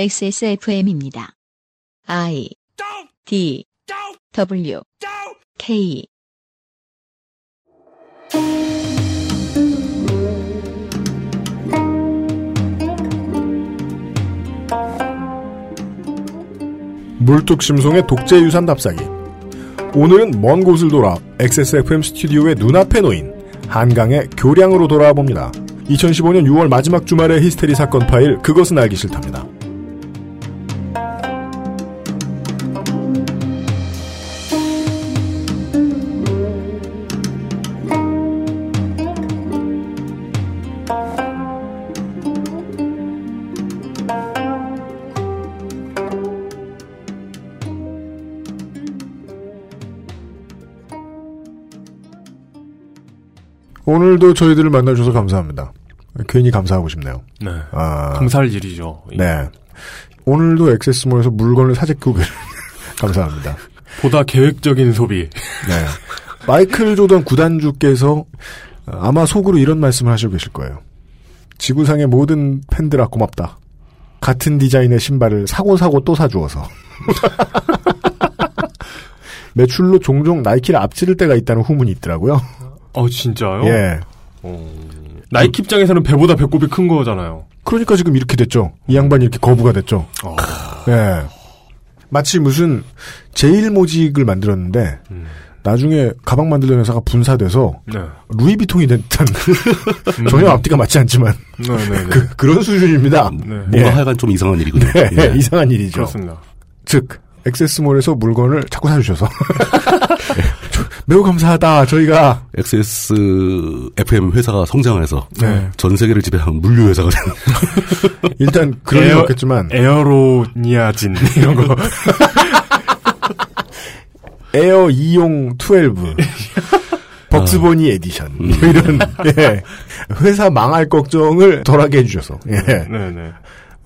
XSFM입니다. I D W K 물뚝심송의 독재유산 답사기. 오늘은 먼 곳을 돌아 XSFM 스튜디오의 눈앞에 놓인 한강의 교량으로 돌아와 봅니다. 2015년 6월 마지막 주말의 히스테리 사건 파일 그것은 알기 싫답니다. 오늘도 저희들을 만나주셔서 감사합니다. 괜히 감사하고 싶네요. 네. 아, 감사할 일이죠. 네. 오늘도 액세스몰에서 물건을 사재구길 감사합니다. 보다 계획적인 소비. 네. 마이클 조던 구단주께서 아마 속으로 이런 말씀을 하시고 계실 거예요. 지구상의 모든 팬들아 고맙다. 같은 디자인의 신발을 사고 사고 또 사주어서. 매출로 종종 나이키를 앞지를 때가 있다는 후문이 있더라고요. 어, 진짜요? 예. 나이키 입장에서는 배보다 배꼽이 큰 거잖아요. 그러니까 지금 이렇게 됐죠. 이 양반이 이렇게 거부가 됐죠. 어. 예. 마치 무슨 제일 모직을 만들었는데 음. 나중에 가방 만들던 회사가 분사돼서 네. 루이비통이 된 듯한 전혀 앞뒤가 맞지 않지만 네네네. 그, 그런 수준입니다. 네. 예. 뭔가 하여간 좀 이상한 일이군요. 예, 예. 이상한 일이죠. 그렇습니다. 즉 액세스몰에서 물건을 자꾸 사주셔서 저- 매우 감사하다. 저희가 XS FM 회사가 성장해서 네. 전 세계를 지배하는 물류 회사가 되는 일단 그런 일 에어- 없겠지만 에어로니아진 이런 거. 에어 이용 12. 벅스보니 에디션. 음. 이런, 예. 회사 망할 걱정을 덜하게 해주셔서. 예. 네네.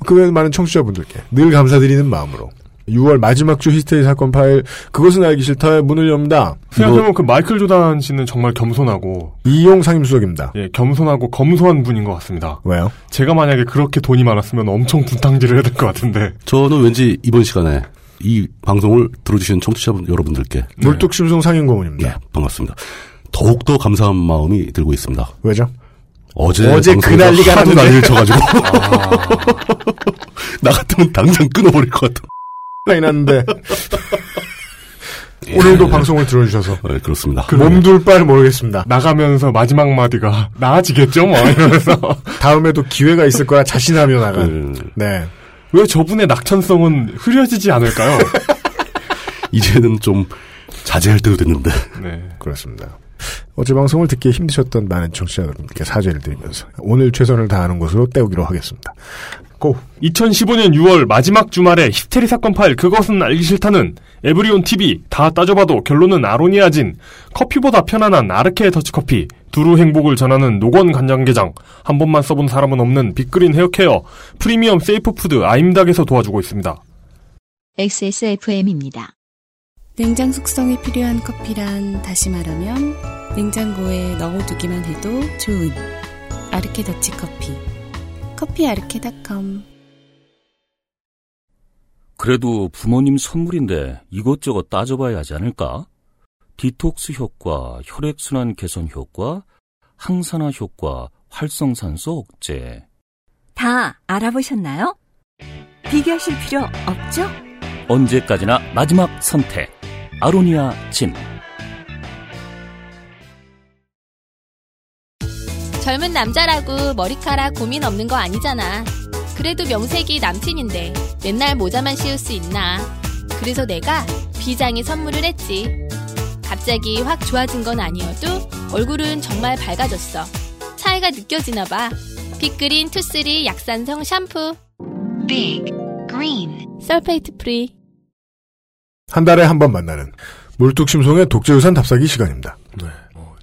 그 외 많은 청취자분들께 늘 감사드리는 마음으로. 6월 마지막 주 히스테리 사건 파일, 그것은 알기 싫다의 문을 엽니다. 생각해보면 그 마이클 조단 씨는 정말 겸손하고, 이용 상임수석입니다. 예, 겸손하고 검소한 분인 것 같습니다. 왜요? 제가 만약에 그렇게 돈이 많았으면 엄청 분탕질을 해야 될 것 같은데. 저는 왠지 이번 시간에 이 방송을 들어주신 청취자 분- 여러분들께 물뚝심송 상임고문입니다. 예, 반갑습니다. 더욱더 감사한 마음이 들고 있습니다. 왜죠? 어제, 어제 방송에서 그 난리가 하도 났는데. 아. 난리를 쳐가지고 나 같으면 당장 끊어버릴 것 같아. 라이 났는데, 예. 오늘도 방송을 들어주셔서, 예, 그렇습니다. 몸둘 바를 모르겠습니다. 나가면서 마지막 마디가, 나아지겠죠? 뭐, 이러면서. 다음에도 기회가 있을 거라 자신하며 나간. 예, 네. 왜 저분의 낙천성은 흐려지지 않을까요? 이제는 좀 자제할 때도 됐는데 네. 그렇습니다. 어제 방송을 듣기 힘드셨던 많은 청취자 여러분께 사죄를 드리면서 오늘 최선을 다하는 것으로 때우기로 하겠습니다. 고! 2015년 6월 마지막 주말에 히스테리 사건 파일 그것은 알기 싫다는 에브리온 TV 다 따져봐도 결론은 아로니아진 커피보다 편안한 아르케 더치커피 두루 행복을 전하는 노건 간장게장 한 번만 써본 사람은 없는 빅그린 헤어케어 프리미엄 세이프푸드 아임닭에서 도와주고 있습니다. XSFM입니다. 냉장 숙성이 필요한 커피란 다시 말하면 냉장고에 넣어두기만 해도 좋은 아르케 더치 커피 커피아르케닷컴 그래도 부모님 선물인데 이것저것 따져봐야 하지 않을까? 디톡스 효과, 혈액순환 개선 효과, 항산화 효과, 활성산소 억제. 다 알아보셨나요? 비교하실 필요 없죠? 언제까지나 마지막 선택. 아로니아 진. 젊은 남자라고 머리카락 고민 없는 거 아니잖아. 그래도 명색이 남친인데 맨날 모자만 씌울 수 있나. 그래서 내가 비장의 선물을 했지. 갑자기 확 좋아진 건 아니어도 얼굴은 정말 밝아졌어. 차이가 느껴지나 봐. 빅그린 투쓰리 약산성 샴푸. Big Green 설페이트 프리. 한 달에 한 번 만나는 물뚝심송의 독재유산 답사기 시간입니다.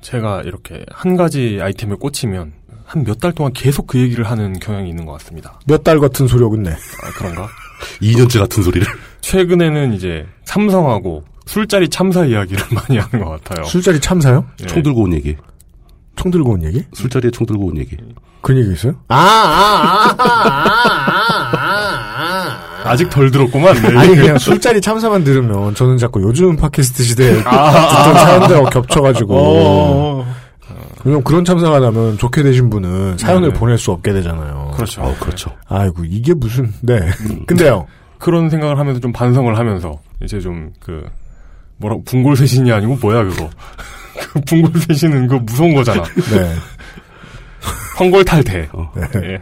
제가 이렇게 한 가지 아이템에 꽂히면 한 몇 달 동안 계속 그 얘기를 하는 경향이 있는 것 같습니다. 몇 달 같은 소리군네. 아, 그런가? 2년째 같은 소리를 최근에는 이제 삼성하고 술자리 참사 이야기를 많이 하는 것 어. 같아요. 술자리 참사요? 예. 총 들고 온 얘기, 총 들고 온 얘기? 술자리에 총 들고 온 얘기. 그런 얘기 있어요? 아, 아, 아, 아, 아, 아, 아. 아직 덜 들었구만. 네. 아니 그냥 술자리 참사만 들으면 저는 자꾸 요즘 팟캐스트 시대에 아, 듣던 사연들하고 겹쳐가지고 어, 그럼 그런 참사가 나면 좋게 되신 분은 사연을 네. 보낼 수 없게 되잖아요. 그렇죠. 음. 어, 그렇죠. 아이고 이게 무슨 네. 근데요. 그런 생각을 하면서 좀 반성을 하면서 이제 좀 그 뭐라 고 분골쇄신이 아니고 뭐야 그거 그 분골쇄신은 그 무서운 거잖아 네. 황골탈태 어. 예.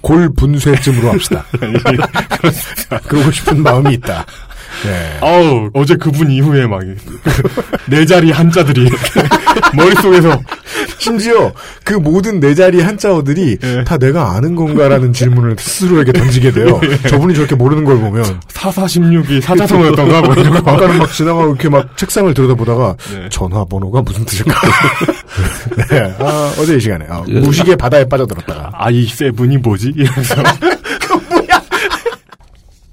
골 분쇄쯤으로 합시다. 네, 그러고 싶은 마음이 있다. 네. 아우 어제 그분 이후에 막 네 자리 한자들이 머릿속에서 심지어 그 모든 네 자리 한자어들이 예. 다 내가 아는 건가라는 질문을 스스로에게 던지게 돼요. 네. 저분이 저렇게 모르는 걸 보면 4416이 사자성어였던가 뭐 이런 거 아까는 막 지나가고 이렇게 막 책상을 들여다보다가 네. 전화번호가 무슨 뜻일까? 네. 아, 어제 이 시간에 아, 예. 무식의 바다에 빠져들었다가 아이 세븐이 뭐지? 이러면서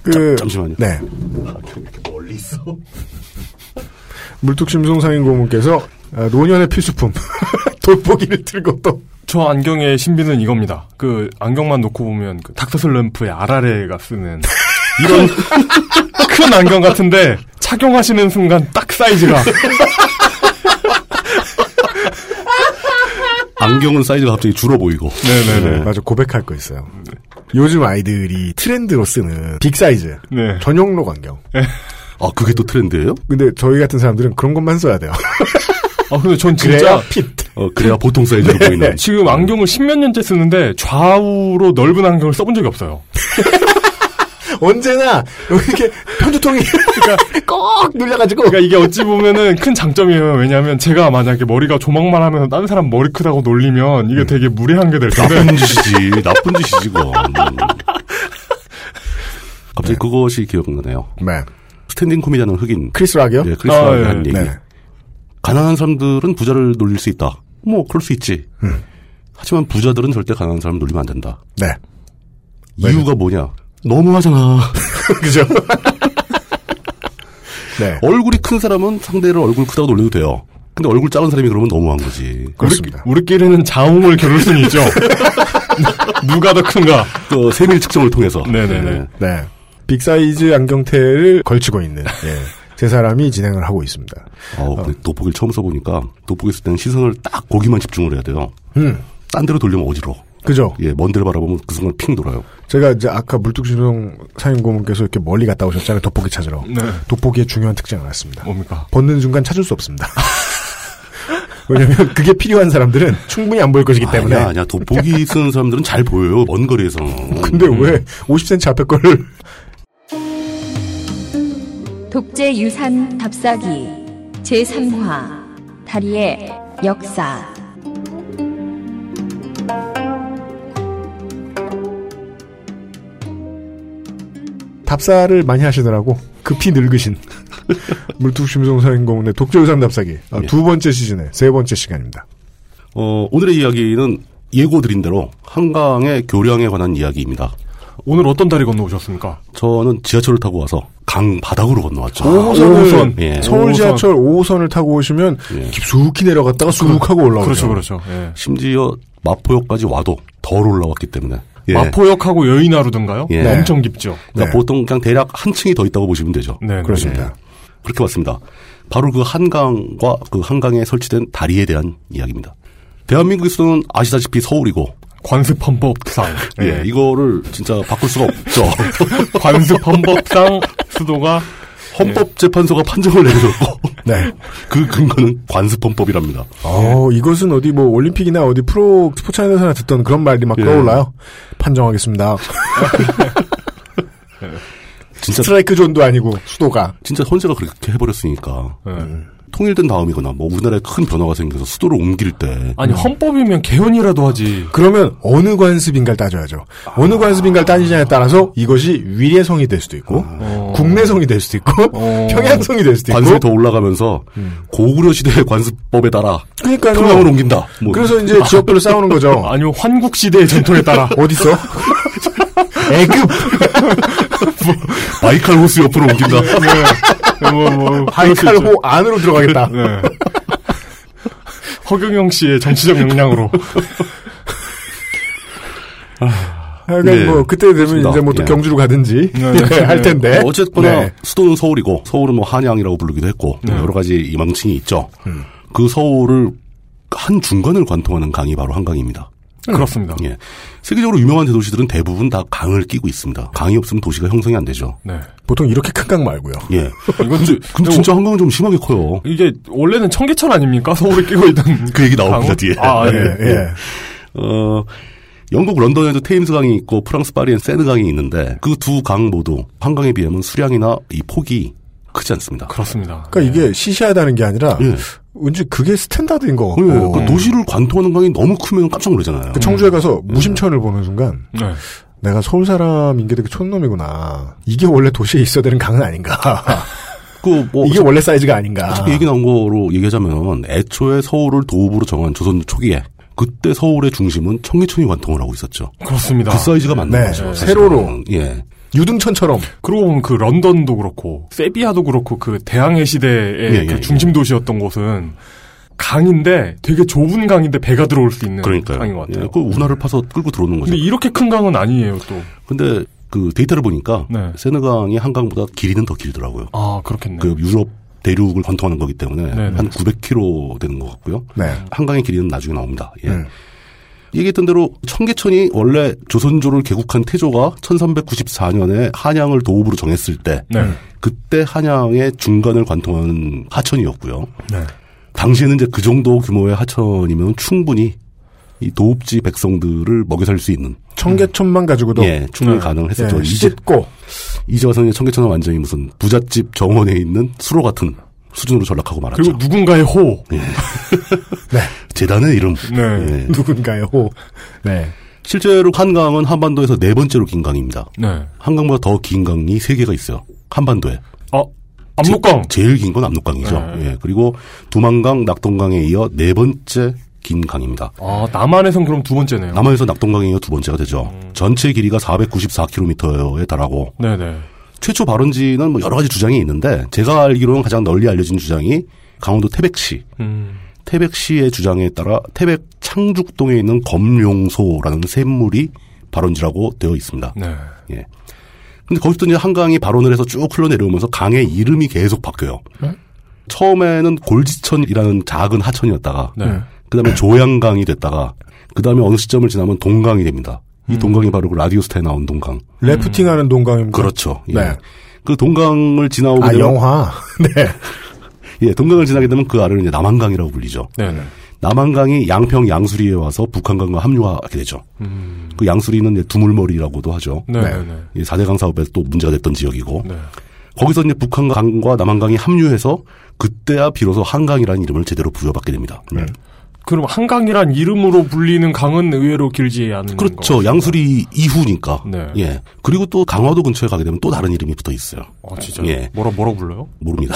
그 잠시만요. 아, 네. 물뚝심송 상인고문께서 아, 노년의 필수품 돋보기를 들고 또 저 안경의 신비는 이겁니다. 그 안경만 놓고 보면 그 닥터 슬럼프의 아라레가 쓰는 이런 큰 안경 같은데 착용하시는 순간 딱 사이즈가 안경은 사이즈가 갑자기 줄어 보이고. 네네네. 맞아 고백할 거 있어요. 요즘 아이들이 트렌드로 쓰는 빅 사이즈 네. 전용록 안경. 아, 그게 또 트렌드예요? 근데 저희 같은 사람들은 그런 것만 써야 돼요. 아 근데 전 그래야 진짜 핏. 어, 그래야 보통 사이즈로 네. 보이는. 지금 안경을 십몇 년째 쓰는데 좌우로 넓은 안경을 써본 적이 없어요. 언제나 이렇게 편두통이 그러니까 꼭 눌려가지고 그러니까 이게 어찌 보면은 큰 장점이에요. 왜냐하면 제가 만약에 머리가 조망만 하면서 다른 사람 머리 크다고 놀리면 음. 이게 되게 무례한 게 될 텐데. 나쁜 짓이지. 나쁜 짓이지, 그건. 갑자기 네. 그것이 기억나네요. 네. 스탠딩 코미디하는 흑인. 크리스 락이요? 예, 아, 크리스마스 예. 한 얘기. 네. 가난한 사람들은 부자를 놀릴 수 있다. 뭐, 그럴 수 있지. 음. 하지만 부자들은 절대 가난한 사람 놀리면 안 된다. 네. 네. 이유가 뭐냐? 너무하잖아. 그죠? 네. 얼굴이 큰 사람은 상대를 얼굴 크다고 놀려도 돼요. 근데 얼굴 작은 사람이 그러면 너무한 거지. 그렇습니다. 우리끼리는 자웅을 겨룰 수는 있죠. 누가 더 큰가? 그 세밀 측정을 통해서. 네네네. 예. 네. 빅사이즈 안경테를 걸치고 있는 예. 세 사람이 진행을 하고 있습니다. 어, 근데 돋보기를 처음 써보니까 돋보기 쓸 때는 시선을 딱 거기만 집중을 해야 돼요. 음. 딴 데로 돌리면 어지러워. 그죠? 예, 먼 데를 바라보면 그 순간 핑 돌아요. 제가 이제 아까 물뚝심송 상인고문께서 이렇게 멀리 갔다 오셨잖아요. 돋보기 찾으러. 네. 돋보기의 중요한 특징을 어. 알았습니다. 뭡니까? 벗는 순간 찾을 수 없습니다. 왜냐면 그게 필요한 사람들은 충분히 안 보일 것이기 그 때문에. 아니야, 아니야. 돋보기 쓰는 사람들은 잘 보여요. 먼 거리에서. 근데 왜 음. 50cm 앞에 거를 독재 유산 답사기 제3화 다리의 역사 답사를 많이 하시더라고. 급히 늙으신 물뚝심송사인공의 독재유산 답사기 아, 예. 두 번째 시즌의 세 번째 시간입니다. 어, 오늘의 이야기는 예고 드린 대로 한강의 교량에 관한 이야기입니다. 오늘 어떤 다리 건너오셨습니까? 저는 지하철을 타고 와서 강 바닥으로 건너왔죠. 오호선. 예. 서울 오호선. 지하철 5호선을 타고 오시면 예. 깊숙이 내려갔다가 쑥 하고 올라오죠. 그렇죠, 그렇죠. 예. 심지어 마포역까지 와도 덜 올라왔기 때문에. 예. 마포역하고 여의나루던가요? 예. 네. 엄청 깊죠. 그러니까 네. 보통 그냥 대략 한 층이 더 있다고 보시면 되죠. 네, 네. 그렇습니다. 그렇게 왔습니다. 바로 그 한강과 그 한강에 설치된 다리에 대한 이야기입니다. 대한민국에서는 아시다시피 서울이고, 관습헌법상. 네. 예, 이거를 진짜 바꿀 수가 없죠. 관습헌법상 수도가 헌법재판소가 판정을 내려놓고, 네. 그 근거는 관습헌법이랍니다. 어, 이것은 어디 뭐 올림픽이나 어디 프로 스포츠에서나 듣던 그런 말이 막 예. 떠올라요. 판정하겠습니다. 진짜, 스트라이크 존도 아니고 수도가. 진짜 헌재가 그렇게 해버렸으니까. 네. 음. 예. 통일된 다음이거나, 뭐, 우리나라에 큰 변화가 생겨서 수도를 옮길 때, 아니 헌법이면 개헌이라도 하지. 그러면 어느 관습인가를 따져야죠. 어느 관습인가를 따지냐에 따라서 이것이 위례성이 될 수도 있고 국내성이 될 수도 있고 평양성이 될 수도 있고 어. 관습이 더 올라가면서, 음. 고구려 시대의 관습법에 따라, 그러니까요. 평양을 옮긴다. 뭐. 그래서 이제 지역별로 싸우는 거죠. 어. 아니면 환국 시대의 전통에 따라 어디서? 애급 바이칼 호수 옆으로 옮긴다. 네. 뭐, 뭐, 그럴 그렇죠. 수 있죠. 하이칼호 안으로 들어가겠다. 그 네. 허경영 씨의 정치적 역량으로 하여간 아, 네. 뭐 그때 되면 그렇습니다. 이제 뭐 또 예. 경주로 가든지 네, 예, 할 네. 텐데 뭐 어쨌거나 네. 수도는 서울이고 서울은 뭐 한양이라고 부르기도 했고 네. 뭐 여러 가지 이망층이 있죠. 음. 그 서울을 한 중간을 관통하는 강이 바로 한강입니다. 그렇습니다. 예. 세계적으로 유명한 대도시들은 대부분 다 강을 끼고 있습니다. 강이 없으면 도시가 형성이 안 되죠. 네. 보통 이렇게 큰 강 말고요. 예. 이건 근데, 근데 진짜 한강은 좀 심하게 커요. 이게 원래는 청계천 아닙니까? 서울에 끼고 있던 그 얘기 나옵니다, 강은? 뒤에. 아, 예, 예. 예. 어, 영국 런던에도 테임스 강이 있고 프랑스 파리엔 세느 강이 있는데 그 두 강 모두 한강에 비하면 수량이나 이 폭이 크지 않습니다. 그렇습니다. 그러니까 이게 시시하다는 게 아니라 예. 왠지 그게 스탠다드인 것 예, 같고 어. 그 도시를 관통하는 강이 너무 크면 깜짝 놀라잖아요. 그 청주에 가서 음. 무심천을 보는 순간 네. 내가 서울 사람인 게 되게 촌놈이구나. 이게 원래 도시에 있어야 되는 강은 아닌가. 그 뭐, 이게 원래 사이즈가 아닌가. 어차피 얘기 나온 거로 얘기하자면 애초에 서울을 도읍으로 정한 조선 초기에 그때 서울의 중심은 청계천이 관통을 하고 있었죠. 그렇습니다. 그 사이즈가 맞는 네, 거죠. 사실은. 세로로. 예. 음, 유등천처럼. 그러고 보면 그 런던도 그렇고 세비야도 그렇고 그 대항해 시대의 예, 예, 그 예. 중심 도시였던 곳은 강인데 되게 좁은 강인데 배가 들어올 수 있는 그러니까요. 강인 것 같아요. 음. 예, 그 운하를 파서 끌고 들어오는 거죠. 근데 이렇게 큰 강은 아니에요 또. 근데 그 데이터를 보니까 네. 세느강이 한강보다 길이는 더 길더라고요. 아 그렇겠네. 그 유럽 대륙을 관통하는 거기 때문에 네, 네. 한 900km 되는 것 같고요. 네. 한강의 길이는 나중에 나옵니다. 예. 음. 얘기했던 대로 청계천이 원래 조선조를 개국한 태조가 1394년에 한양을 도읍으로 정했을 때 네. 그때 한양의 중간을 관통하는 하천이었고요. 네. 당시에는 이제 그 정도 규모의 하천이면 충분히 이 도읍지 백성들을 먹여 살릴 수 있는 청계천만 가지고도 예, 충분히 가능했었죠. 예, 이제 씻고 이제 와서는 청계천은 완전히 무슨 부잣집 정원에 있는 수로 같은 수준으로 전락하고 말았죠. 그리고 누군가의 호. 예. 재단의 이름. 네. 예. 누군가요. 네. 실제로 한강은 한반도에서 네 번째로 긴 강입니다. 네. 한강보다 더 긴 강이 세 개가 있어요. 한반도에. 아 압록강. 제, 일 긴 건 압록강이죠. 네. 예. 그리고 두만강, 낙동강에 이어 네 번째 긴 강입니다. 아 남한에선 그럼 두 번째네요. 남한에서 낙동강에 이어 두 번째가 되죠. 음. 전체 길이가 494km에 달하고 네네. 최초 발원지는 뭐 여러 가지 주장이 있는데 제가 알기로는 가장 널리 알려진 주장이 강원도 태백시 음. 태백시의 주장에 따라 태백 창죽동에 있는 검룡소라는 샘물이 발원지라고 되어 있습니다. 네. 예. 근데 거기서 이제 한강이 발원을 해서 쭉 흘러내려오면서 강의 이름이 계속 바뀌어요. 처음에는 골지천이라는 작은 하천이었다가 네. 그다음에 조양강이 됐다가 그다음에 어느 시점을 지나면 동강이 됩니다. 이 동강이 바로 그 라디오스타에 나온 동강. 래프팅하는 동강입니다. 그렇죠. 예. 네. 그 동강을 지나오게 아 되면 영화. 네. 예, 동강을 지나게 되면 그 아래는 이제 남한강이라고 불리죠. 네네. 남한강이 양평 양수리에 와서 북한강과 합류하게 되죠. 그 양수리는 이제 두물머리라고도 하죠. 음. 네네네. 이 4대강 사업에서 또 문제가 됐던 지역이고 네. 거기서 이제 북한강과 남한강이 합류해서 그때야 비로소 한강이라는 이름을 제대로 부여받게 됩니다. 네. 그럼 한강이란 이름으로 불리는 강은 의외로 길지 않은 그렇죠. 거. 양수리 이후니까. 네. 예. 그리고 또 강화도 근처에 가게 되면 또 다른 이름이 붙어 있어요. 아 진짜. 예. 뭐. 뭐라 뭐라 불러요? 모릅니다.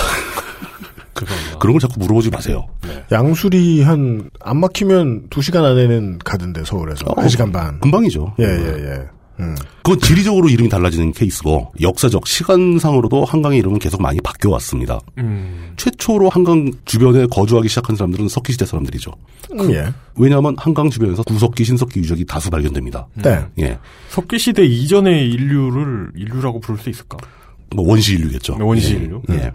죄송합니다. 그런 걸 자꾸 물어보지 마세요. 네. 양수리 한 안 막히면 2 시간 안에는 가던데 서울에서 어, 1 시간 반. 금방이죠. 예 예예. 음. 그 지리적으로 이름이 달라지는 케이스고 역사적 시간상으로도 한강의 이름은 계속 많이 바뀌어 왔습니다. 음. 최초로 한강 주변에 거주하기 시작한 사람들은 석기시대 사람들이죠. 그 음, 예. 왜냐하면 한강 주변에서 구석기, 신석기 유적이 다수 발견됩니다. 네. 예, 석기 시대 이전의 인류를 인류라고 부를 수 있을까? 뭐 원시 인류겠죠. 네, 원시 인류. 예. 예.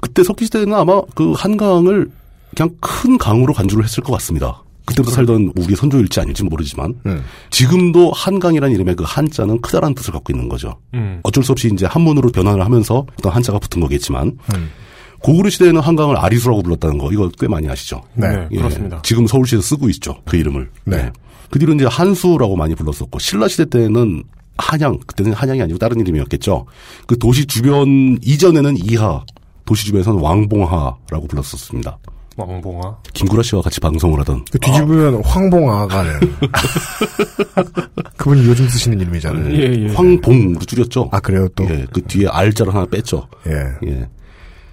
그때 석기시대는 아마 그 한강을 그냥 큰 강으로 간주를 했을 것 같습니다. 그때부터 살던 우리 선조일지 아닐지 모르지만 네. 음. 지금도 한강이라는 이름의 그 한자는 크다란 뜻을 갖고 있는 거죠. 음. 어쩔 수 없이 이제 한문으로 변환을 하면서 어떤 한자가 붙은 거겠지만 음. 고구려 시대에는 한강을 아리수라고 불렀다는 거 이거 꽤 많이 아시죠? 네. 네, 예, 그렇습니다. 지금 서울시에서 쓰고 있죠. 그 이름을. 네. 예. 그 뒤로 이제 한수라고 많이 불렀었고 신라 시대 때는 한양 그때는 한양이 아니고 다른 이름이었겠죠. 그 도시 주변 이전에는 이하 도시 주변에서는 왕봉하라고 불렀었습니다. 왕봉아. 김구라 씨와 같이 방송을 하던 그 뒤집으면 어. 황봉아가는 그분이 요즘 쓰시는 이름이잖아요. 예, 예. 황봉으로 줄였죠. 아 그래요 또. 예, 그 뒤에 알자를 하나 뺐죠. 예. 예.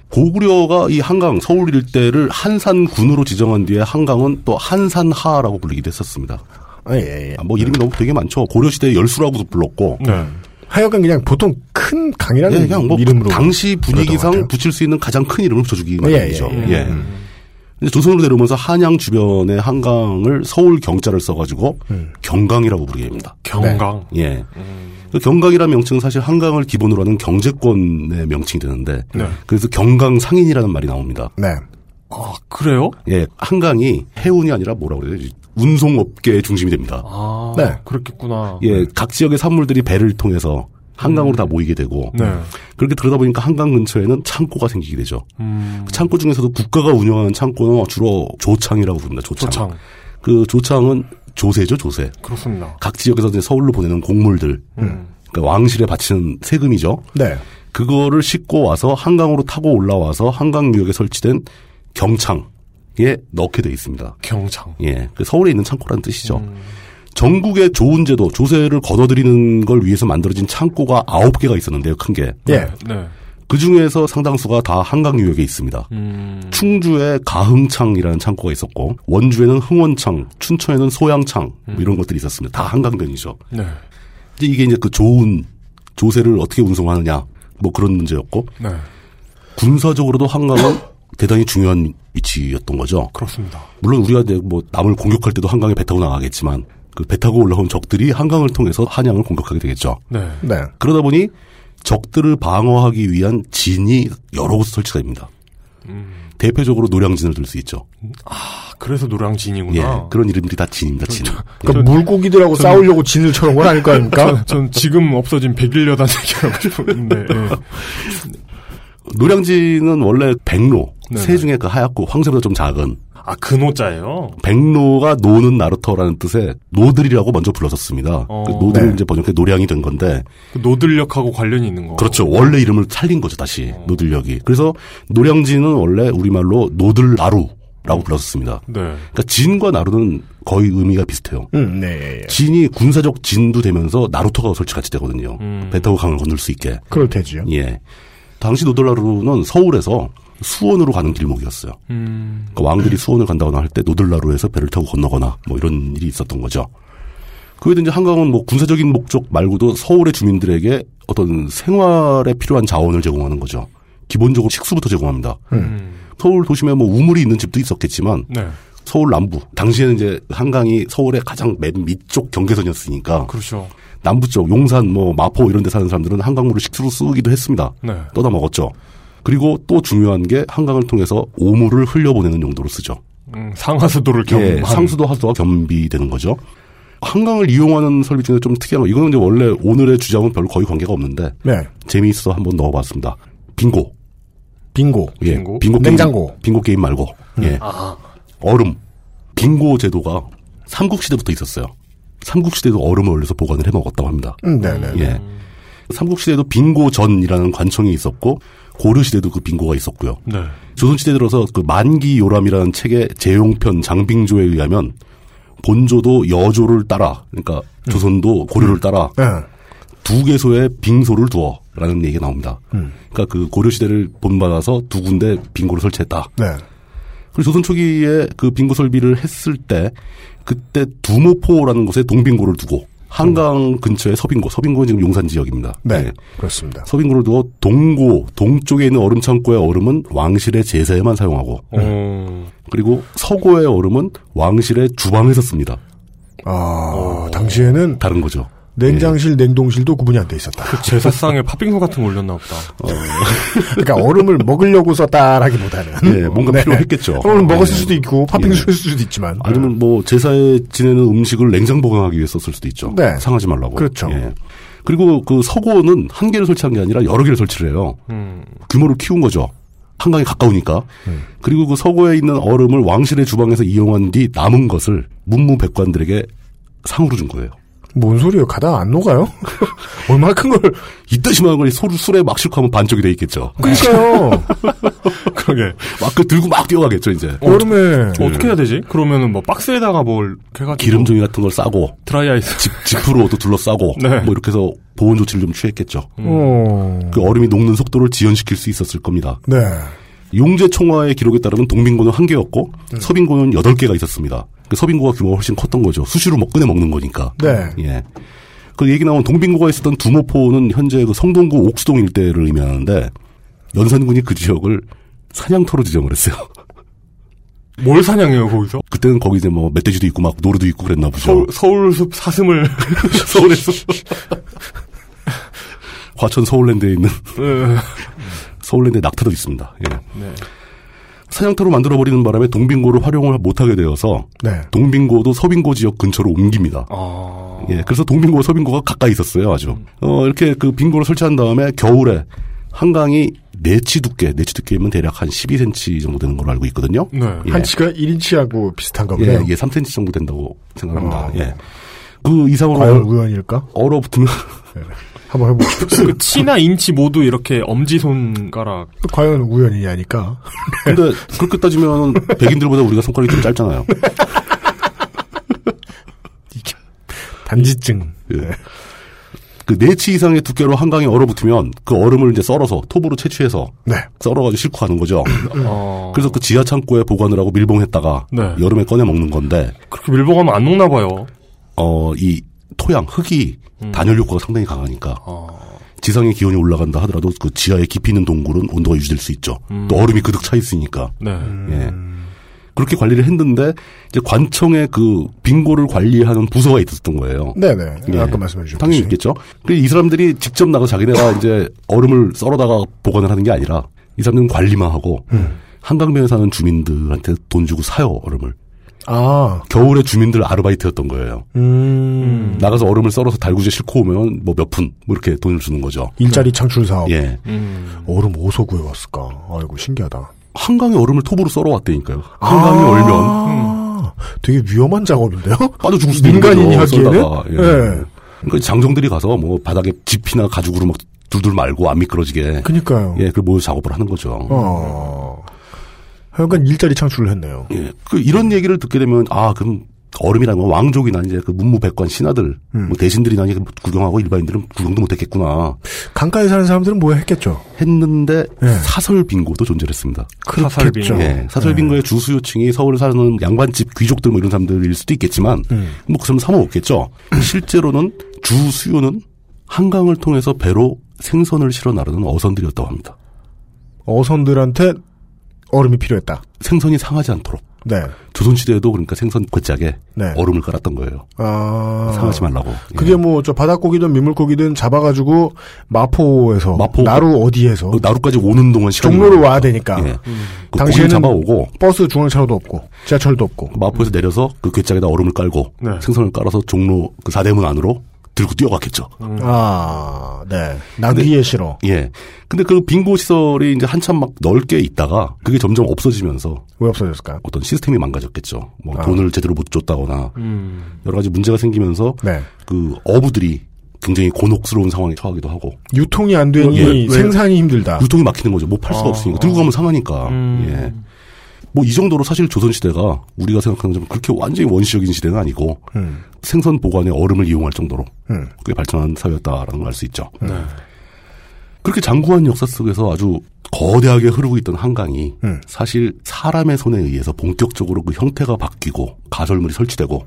고구려가 이 한강 서울 일대를 한산군으로 지정한 뒤에 한강은 또 한산하라고 불리기도 했었습니다. 아, 예, 예. 아, 뭐 이름이 너무 되게 많죠. 고려 시대 열수라고도 불렀고 네. 하여간 그냥 보통 큰 강이라는 예, 그냥 뭐 이름으로 당시 부르던 것 같아요. 분위기상 붙일 수 있는 가장 큰 이름을 붙여주기만 예, 이죠 예, 예. 예. 근데 조선으로 내려오면서 한양 주변의 한강을 서울 경자를 써가지고 음. 경강이라고 부르게 됩니다. 경강. 예. 그 경강이라는 명칭은 사실 한강을 기본으로 하는 경제권의 명칭이 되는데 그래서 경강 상인이라는 말이 나옵니다. 네. 아 그래요? 예, 한강이 해운이 아니라 뭐라고 그래야 되지? 운송업계의 중심이 됩니다. 아 네. 그렇겠구나. 예, 각 지역의 산물들이 배를 통해서 한강으로 다 모이게 되고 네. 그렇게 들어다 보니까 한강 근처에는 창고가 생기게 되죠. 음. 그 창고 중에서도 국가가 운영하는 창고는 주로 조창이라고 부릅니다. 조창. 소창 그 조창은 조세죠, 조세. 아, 그렇습니다. 각 지역에서 이제 서울로 보내는 곡물들, 음. 그러니까 왕실에 바치는 세금이죠. 네. 그거를 싣고 와서 한강으로 타고 올라와서 한강유역에 설치된 경창에 넣게 돼 있습니다. 경창. 예, 그 서울에 있는 창고라는 뜻이죠. 전국의 좋은 제도, 조세를 걷어들이는 걸 위해서 만들어진 창고가 아홉 개가 있었는데요, 큰 게. 예. 네. 그 중에서 상당수가 다 한강유역에 있습니다. 음. 충주에 가흥창이라는 창고가 있었고, 원주에는 흥원창, 춘천에는 소양창, 뭐 이런 것들이 있었습니다. 다 한강변이죠. 네. 이제 이게 이제 그 좋은 조세를 어떻게 운송하느냐, 뭐 그런 문제였고, 네. 군사적으로도 한강은 대단히 중요한 위치였던 거죠. 그렇습니다. 물론 우리가 이제 뭐 남을 공격할 때도 한강에 배 타고 나가겠지만 그 배 타고 올라온 적들이 한강을 통해서 한양을 공격하게 되겠죠. 네. 네. 그러다 보니 적들을 방어하기 위한 진이 여러 곳 설치가 됩니다. 대표적으로 노량진을 들 수 있죠. 아, 그래서 노량진이구나. 예, 그런 이름들이 다 진입니다. 진. 그러니까 물고기들하고 싸우려고 진을 쳐놓은 건 아닐 거 아닙니까? 전, 전 지금 없어진 백일여단 얘기하고 싶은데. 예. 노량진은 원래 백로 네네. 새 중에 그 하얗고 황새보다 좀 작은 아 근호자예요. 백로가 노는 나루터라는 뜻의 노들이라고 먼저 불렀었습니다. 어. 그 노들을 네. 이제 번역해 노량이 된 건데 그 노들력하고 관련이 있는 거. 그렇죠. 원래 이름을 살린 거죠, 다시. 어. 노들력이. 그래서 노량진은 원래 우리말로 노들나루라고 불렀습니다. 네. 그러니까 진과 나루는 거의 의미가 비슷해요. 음, 네. 예, 예. 진이 군사적 진도 되면서 나루터가 설치같이 되거든요. 음. 배 타고 강을 건널 수 있게. 그럴 테지요. 예. 당시 노들나루는 서울에서 수원으로 가는 길목이었어요. 음. 그러니까 왕들이 수원을 간다거나 할 때 노들나루에서 배를 타고 건너거나 뭐 이런 일이 있었던 거죠. 그 외에 이제 한강은 뭐 군사적인 목적 말고도 서울의 주민들에게 어떤 생활에 필요한 자원을 제공하는 거죠. 기본적으로 식수부터 제공합니다. 음. 서울 도심에 뭐 우물이 있는 집도 있었겠지만 네. 서울 남부 당시에는 이제 한강이 서울의 가장 맨 밑쪽 경계선이었으니까 그렇죠. 남부 쪽 용산 뭐 마포 이런 데 사는 사람들은 한강물을 식수로 쓰기도 했습니다. 네. 떠다 먹었죠. 그리고 또 중요한 게 한강을 통해서 오물을 흘려보내는 용도로 쓰죠. 음, 상하수도를 예, 경험한. 상수도 하수도가 겸비되는 거죠. 한강을 이용하는 설비 중에 좀 특이한 거. 이거는 이제 원래 오늘의 주장은 별로 거의 관계가 없는데 네. 재미있어 한번 넣어봤습니다. 빙고. 빙고. 예, 빙고? 빙고 냉장고. 음. 게임, 빙고 게임 말고. 예. 얼음. 빙고 제도가 삼국시대부터 있었어요. 삼국시대도 얼음을 얼려서 보관을 해 먹었다고 합니다. 음, 네, 네. 예. 삼국시대도 빙고전이라는 관청이 있었고 고려시대도 그 빙고가 있었고요. 네. 조선시대 들어서 그 만기 요람이라는 책의 재용편 장빙조에 의하면 본조도 여조를 따라 그러니까 조선도 고려를 따라 네. 두 개소의 빙소를 두어라는 얘기가 나옵니다. 음. 그러니까 그 고려시대를 본받아서 두 군데 빙고를 설치했다. 네. 그리고 조선 초기에 그 빙고 설비를 했을 때 그때 두모포라는 곳에 동빙고를 두고 한강 근처에 서빙고, 서빙고는 지금 용산 지역입니다. 음. 네. 예. 그렇습니다. 서빙고를 두어 동고, 동쪽에 있는 얼음 창고의 얼음은 왕실의 제사에만 사용하고 어. 그리고 서고의 얼음은 왕실의 주방에서 씁니다. 아, 당시에는 다른 거죠. 냉장실, 냉동실도 구분이 안 돼 있었다. 제사상에 팥빙수 같은 거 올렸나 보다. 어. 그러니까 얼음을 먹으려고 썼다라기보다는. 예, 뭔가 필요했겠죠. 음? 네. 얼음 먹었을 예. 수도 있고, 팥빙수 였을 수도 있지만. 아니면 뭐 제사에 지내는 음식을 냉장 보관하기 위해 썼을 수도 있죠. 네. 상하지 말라고. 그렇죠. 예. 그리고 그 서고는 한 개를 설치한 게 아니라 여러 개를 설치를 해요. 음. 규모를 키운 거죠. 한강에 가까우니까. 음. 그리고 그 서고에 있는 얼음을 왕실의 주방에서 이용한 뒤 남은 것을 문무백관들에게 상으로 준 거예요. 뭔 소리예요? 가다 안 녹아요? 얼마나 큰 걸. 이따시만한 걸 술, 술에 막 실컷하면 반쪽이 돼 있겠죠. 음. 그러니까요. 어, 그러게. 막 그 들고 막 뛰어가겠죠, 이제. 얼음에. 어떻게 해야 되지? 그러면은 뭐 박스에다가 뭘 이렇게 해가지고 예. 기름종이 같은 걸 싸고 드라이아이스. 지프로도 둘러싸고 네. 음. 뭐 이렇게 해서 보온 조치를 좀 취했겠죠. 어. 그 얼음이 녹는 속도를 지연시킬 수 있었을 겁니다. 네. 용재 총화의 기록에 따르면 동빙고는 한 개였고 음. 서빙고는 여덟 개가 있었습니다. 그 서빙고가 규모가 훨씬 컸던 거죠. 수시로 먹 꺼내 먹는 거니까. 네. 예. 그 얘기 나온 동빙고가 있었던 두모포는 현재 그 성동구 옥수동 일대를 의미하는데 연산군이 그 지역을 사냥터로 지정을 했어요. 뭘 사냥해요 거기서? 그때는 거기 이제 뭐 멧돼지도 있고 막 노루도 있고 그랬나 보죠. 서울, 서울숲 사슴을 서울에서 과천 서울랜드에 있는 예. 서울랜드에 낙타도 있습니다. 예. 네. 사냥터로 만들어 버리는 바람에 동빙고를 활용을 못하게 되어서 네. 동빙고도 서빙고 지역 근처로 옮깁니다. 아. 예, 그래서 동빙고 서빙고가 가까이 있었어요, 아주. 어, 이렇게 그 빙고를 설치한 다음에 겨울에 한강이 내치 두께, 내치 두께면 대략 한 12cm 정도 되는 걸로 알고 있거든요. 네. 예. 한치가 1인치하고 비슷한가 예, 보네요. 이게 3cm 정도 된다고 생각합니다. 어. 예. 그 과연 이상으로 우연일까? 얼어붙으면 예. 한번 해보고 싶어요. 그 치나 인치 모두 이렇게 엄지 손가락. 과연 우연이냐니까. 근데 그렇게 따지면 백인들보다 우리가 손가락이 좀 짧잖아요. 단지증. 예. 그 네치 이상의 두께로 한강에 얼어붙으면 그 얼음을 이제 썰어서 톱으로 채취해서 네. 썰어가지고 싣고 가는 거죠. 어. 그래서 그 지하 창고에 보관을 하고 밀봉했다가 네. 여름에 꺼내 먹는 건데 그렇게 밀봉하면 안 녹나 봐요. 어 이 토양 흙이 단열 효과가 상당히 강하니까 아, 어. 지상의 기온이 올라간다 하더라도 그 지하에 깊이 있는 동굴은 온도가 유지될 수 있죠. 또 얼음이 그득 차 있으니까. 네. 예. 그렇게 관리를 했는데 이제 관청의 그 빙고를 관리하는 부서가 있었던 거예요. 네네. 예. 아까 말씀해 주셨듯이. 당연히 있겠죠. 그이 사람들이 직접 나가 자기네가 음. 이제 얼음을 썰어다가 보관을 하는 게 아니라 이 사람들은 관리만 하고 음. 한강변에 사는 주민들한테 돈 주고 사요 얼음을. 아, 겨울에 주민들 아르바이트였던 거예요. 음, 나가서 얼음을 썰어서 달구지에 싣고 오면 뭐 몇 푼, 뭐 이렇게 돈을 주는 거죠. 일자리 창출 사업. 예. 어. 얼음 어디서 구해왔을까? 아이고, 신기하다. 한강에 얼음을 톱으로 썰어왔다니까요. 한강이 얼면 아, 되게 위험한 작업인데요? 빠져 죽을 수도 있는 민간인이 거죠. 하기에는? 썰다가. 예. 예. 그러니까 장정들이 가서 뭐 바닥에 집이나 가죽으로 막 둘둘 말고 안 미끄러지게. 그니까요. 예, 그 모여 작업을 하는 거죠. 어. 하여간 일자리 창출을 했네요. 예, 그 이런 얘기를 듣게 되면 아 그럼 얼음이라는 건 왕족이나 이제 그 문무백관 신하들 음. 뭐 대신들이나 이렇게 구경하고 일반인들은 구경도 못했겠구나 강가에 사는 사람들은 뭐 했겠죠? 했는데 예. 어. 사설 빙고도 존재했습니다. 사설빙. 그렇겠죠. 예, 사설 빙고의 주수요층이 서울 사는 양반집 귀족들 뭐 이런 사람들일 수도 있겠지만 음. 뭐 그 사람 사모 없겠죠. 실제로는 주수요는 한강을 통해서 배로 생선을 실어 나르는 어선들이었다고 합니다. 어선들한테 얼음이 필요했다. 생선이 상하지 않도록 네. 조선시대에도 그러니까 생선 괴짝에 네. 얼음을 깔았던 거예요. 아. 상하지 말라고. 예. 그게 뭐 저 바닷고기든 민물고기든 잡아가지고 마포에서 마포. 나루 어디에서 어, 나루까지 오는 동안 시간이 종로로 걸려요. 와야 되니까 음. 예. 당시에는- 그 당시에 잡아오고 버스 중앙차로도 없고 지하철도 없고 마포에서 내려서 그 괴짝에다 얼음을 깔고 네. 생선을 깔아서 종로 그 사대문 안으로 들고 뛰어갔겠죠. 음. 아, 네. 나귀에 싫어. 예. 근데 그 빙고 시설이 이제 한참 막 넓게 있다가 그게 점점 없어지면서 왜 없어졌을까? 어떤 시스템이 망가졌겠죠. 뭐 아. 돈을 제대로 못 줬다거나 음. 여러 가지 문제가 생기면서 네. 그 어부들이 굉장히 곤혹스러운 상황에 처하기도 하고 유통이 안 되니 예, 왜- 생산이 힘들다. 유통이 막히는 거죠. 못 팔 수가 어. 아. 없으니까 들고 가면 상하니까. 음. 예. 뭐 이 정도로 사실 조선 시대가 우리가 생각하는 좀 그렇게 완전히 원시적인 시대는 아니고 음. 생선 보관에 얼음을 이용할 정도로 음. 네. 그게 발전한 사회였다라는 걸 알 수 있죠. 그렇게 장구한 역사 속에서 아주 거대하게 흐르고 있던 한강이 음. 사실 사람의 손에 의해서 본격적으로 그 형태가 바뀌고 가설물이 설치되고